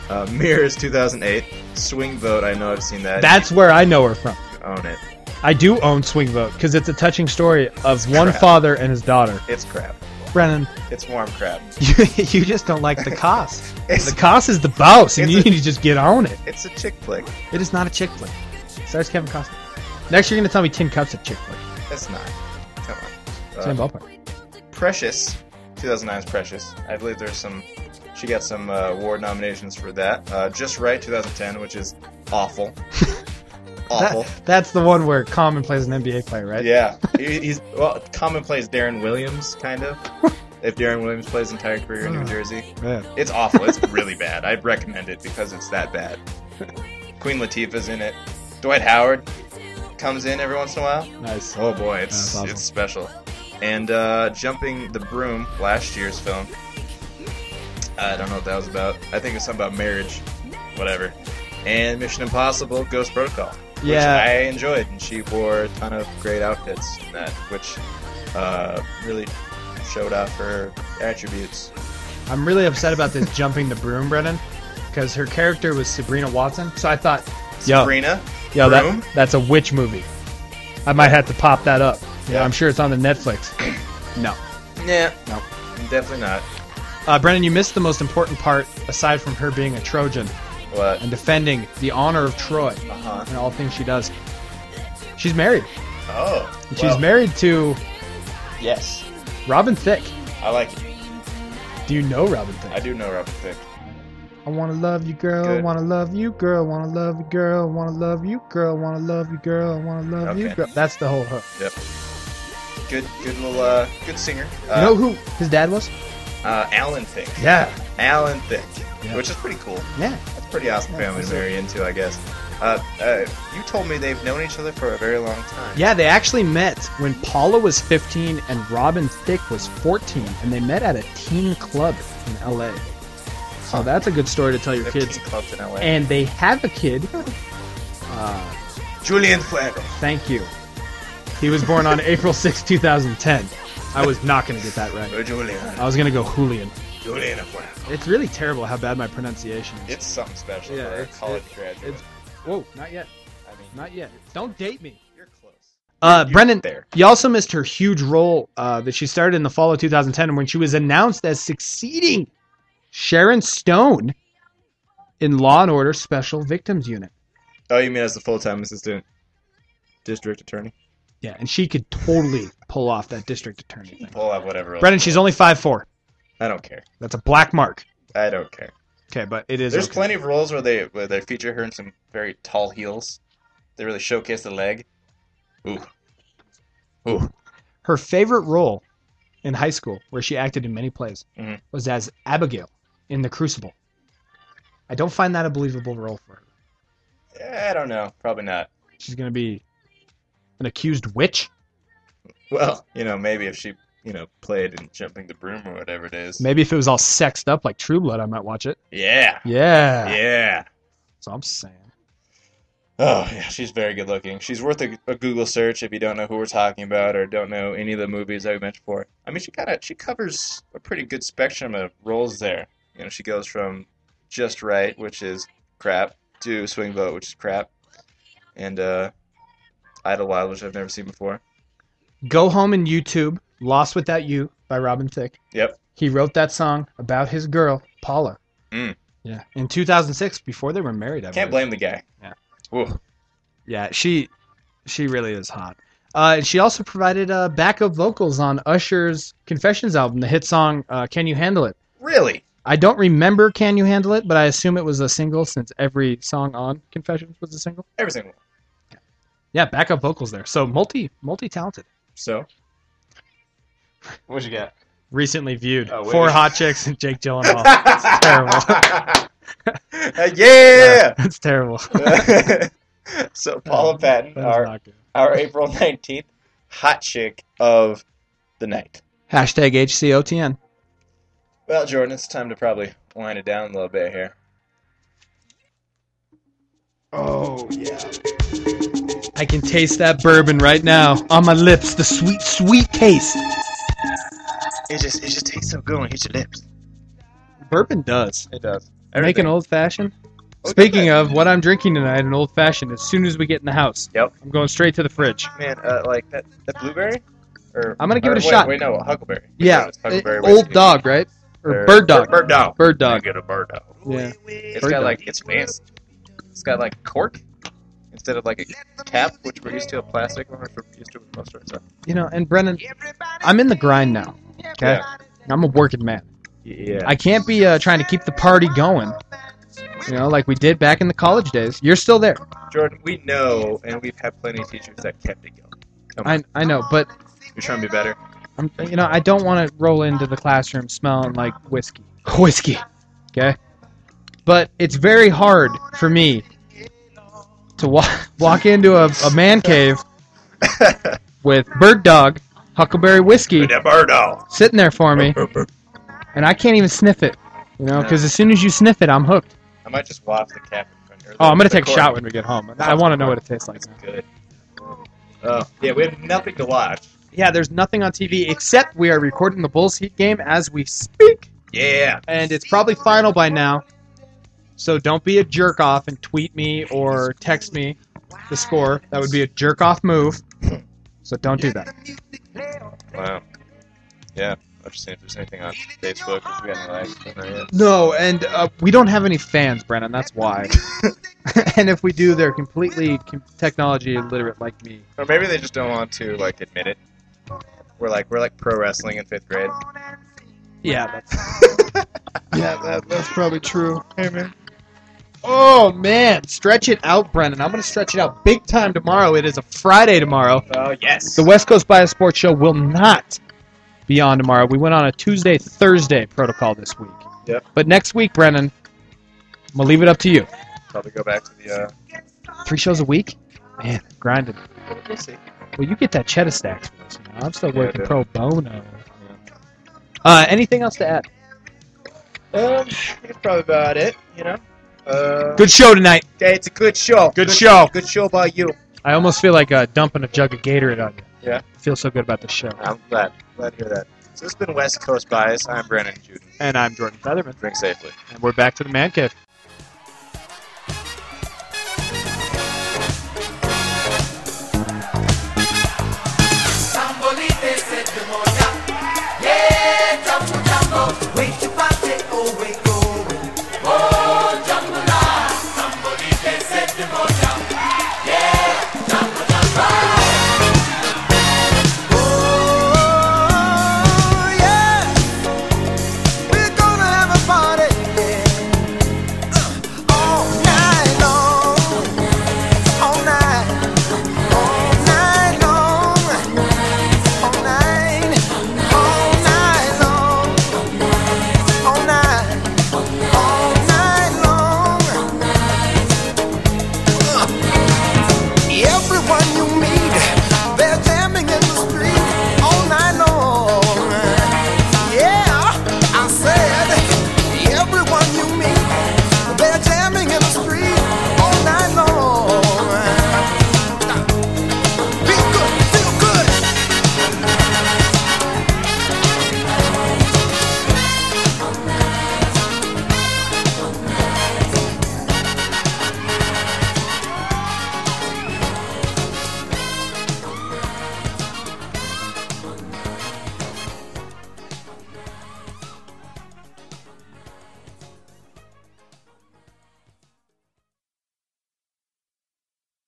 Uh, Mirrors 2008. Swing Vote. I know I've seen that. That's where I know her from. You own it. I do own Swing Vote because it's a touching story of one crap. father and his daughter. It's crap. Brennan, [laughs] It's warm crap. you, you just don't like the [laughs] cost. It's- the cost is the boss, and [laughs] it's you a- need to just get on it. It's a chick flick. It is not a chick flick. Stars Kevin Costner. Next, you're going to tell me Tin Cup's a chick flick. It's not. Come on. Uh, Same ballpark. Precious. 2009 is Precious. I believe there's some. She got some uh, award nominations for that. Uh, Just Right 2010, which is awful. awful. That, that's the one where Common plays an NBA player, right? Yeah, he, he's well. Common plays Darren Williams, kind of. if Darren Williams plays his entire career in New Jersey, Yeah. it's awful. It's really bad. I'd recommend it because it's that bad. Queen Latifah's in it. Dwight Howard comes in every once in a while. Nice. Oh boy, it's That's awesome. it's special. And uh, jumping the broom, last year's film. I don't know what that was about. I think it was something about marriage, whatever. And Mission Impossible: Ghost Protocol, which Yeah. I enjoyed, and she wore a ton of great outfits in that, which uh, really showed off her attributes. I'm really upset about this jumping the broom, Brennan, because her character was Sabrina Watson. So I thought, yo, Sabrina, yo, Broom? that, that's a witch movie. I might have to pop that up. Yeah, Yeah. I'm sure it's on the Netflix. no. nah, no, definitely not. Uh, Brennan, you missed the most important part aside from her being a Trojan What? and defending the honor of Troy Uh-huh. and all things she does. She's married. Oh, And she's well, married to Yes, Robin Thicke. I like it. Do you know Robin I Thicke? do know Robin Thicke. I wanna love you, girl. Good. Wanna love you, girl. Wanna love you, girl. Wanna love you, girl. Wanna love you, girl. Wanna love you, Okay. girl. That's the whole hook. Yep. Good, good little, uh, good singer. Uh, You know who his dad was? uh, Alan Thicke. Yeah. Alan Thicke, Yeah. which is pretty cool. Yeah. That's a pretty awesome family to marry into, I guess. Uh, uh, you told me they've known each other for a very long time. Yeah, they actually met when Paula was 15 and Robin Thicke was 14, and they met at a teen club in LA. So that's a good story to tell your They've kids. been clubs in LA. And they have a kid. Julian Flago. Thank you. He was born on April 6, 2010. I was not going to get that right. Oh, Julian. I was going to go Julian. Julian Flago. It's really terrible how bad my pronunciation is. It's something special Yeah, for a it's- college it- graduate. it's- Whoa, not yet. I mean, Not yet. Don't date me. you're close. Uh, You're Brendan, there. you also missed her huge role uh, that she started in the fall of 2010 when she was announced as succeeding Sharon Stone in Law and Order Special Victims Unit. Oh, you mean as the full-time assistant district attorney? Yeah, and she could totally pull off that district attorney thing. Pull up uh, whatever. Brendan, she's only 5'4. I don't care. That's a black mark. I don't care. Okay, but it is. There's okay. plenty of roles where they where they feature her in some very tall heels. They really showcase the leg. Ooh. Ooh. Her favorite role in high school, where she acted in many plays, Mhm. was as Abigail in The Crucible. I don't find that a believable role for her. Eh, I don't know. Probably not. She's going to be an accused witch. Well, you know, maybe if she, you know, played in Jumping the Broom or whatever it is. Maybe if it was all sexed up like True Blood, I might watch it. Yeah. Yeah. Yeah. That's all I'm saying. Oh, yeah, she's very good looking. She's worth a, a Google search if you don't know who we're talking about or don't know any of the movies that we mentioned before. I mean, she kind of she covers a pretty good spectrum of roles there. You know, she goes from Just Right, which is crap, to Swing Vote, which is crap, and uh, Idlewild, which I've never seen before. Go home and YouTube "Lost Without You" by Robin Thicke. Yep. He wrote that song about his girl Paula. Mm. Yeah, in 2006, before they were married. I Can't believe. blame the guy. Yeah. Ooh, Yeah, she she really is hot. Uh, and she also provided uh, backup vocals on Usher's Confessions album, the hit song uh, "Can You Handle It." really? I don't remember "Can You Handle It," but I assume it was a single since every song on Confessions was a single. Every single one. Yeah, backup vocals there. So multi multi talented. [laughs] So, [laughs] what you got? Recently viewed Oh, wait. four hot chicks and Jake Gyllenhaal. [laughs] It's terrible. Uh, yeah! It's terrible. [laughs] [laughs] so Paula Patton, That is our, not good. our [laughs] April 19th hot chick of the night. Hashtag HCOTN. Well, Jordan, it's time to probably wind it down a little bit here. Oh yeah. I can taste that bourbon right now on my lips. The sweet, sweet taste. It just it just tastes so good when it hits your lips. Bourbon does. It does. Make an old fashioned. Oh, Speaking of what I'm drinking tonight, an old fashioned. As soon as we get in the house, Yep. I'm going straight to the fridge. man, uh, like that that blueberry. Or I'm gonna give or it a wait, shot. Wait, no, huckleberry. Yeah, It's huckleberry eh, whiskey. old dog, right? Or Or- bird dog. Bird dog. Bird dog. Get a bird dog. Yeah. It's Bird got dog. like it's fancy. It's got like cork instead of like a cap, which we're used to a plastic one, which we're used to with most restaurants. You know, and Brennan, I'm in the grind now. Okay. Yeah. I'm a working man. Yeah. I can't be uh, trying to keep the party going. You know, like we did back in the college days. You're still there. Jordan, we know, and we've had plenty of teachers that kept it going. Come on, I I know, but you're trying to be better. I'm you know I don't want to roll into the classroom smelling like whiskey. Whiskey. Okay. But it's very hard for me to walk [laughs] walk into a, a man cave with bird dog huckleberry whiskey That bird dog. sitting there for me, and I can't even sniff it. You know, because as soon as you sniff it, I'm hooked. I might just waft the cap. in front here. Oh, I'm gonna The take a cork. shot when we get home. I want to know what it tastes like. It's good. Uh, yeah, we had nothing to watch. Yeah, there's nothing on TV except we are recording the Bulls Heat game as we speak, Yeah. and it's probably final by now. So don't be a jerk off and tweet me or text me the score. That would be a jerk off move. So don't do that. Wow. Yeah. I'm just seeing if there's anything on Facebook. If we got any likes. I don't know yet. No, and uh, we don't have any fans, Brennan. That's [laughs] why. [laughs] and if we do, they're completely com- technology illiterate like me. Or maybe they just don't want to like admit it. We're like we're like pro wrestling in fifth grade. Yeah, that's yeah, that, that's probably true. Hey man. Oh man, stretch it out, Brennan. I'm gonna stretch it out big time tomorrow. It is a Friday tomorrow. Oh yes. The West Coast Bias Sports Show will not be on tomorrow. We went on a Tuesday Thursday protocol this week. Yep. But next week, Brennan, I'm gonna leave it up to you. Probably go back to the. Uh, Three shows a week, man, grinding. we'll see. Well, you get that cheddar stacks for us. man. I'm still Yeah, I working do. pro bono. Uh, anything else to add? Um, that's probably about it. You know. Uh, Good show tonight. Yeah, it's a good show. Good show. Good show by you. I almost feel like uh, dumping a jug of Gatorade on you. Yeah. I feel so good about the show. I'm glad. Glad to hear that. So this has been West Coast Bias. I'm Brandon Juden. And I'm Jordan Featherman, Drink safely. and we're back to the man cave.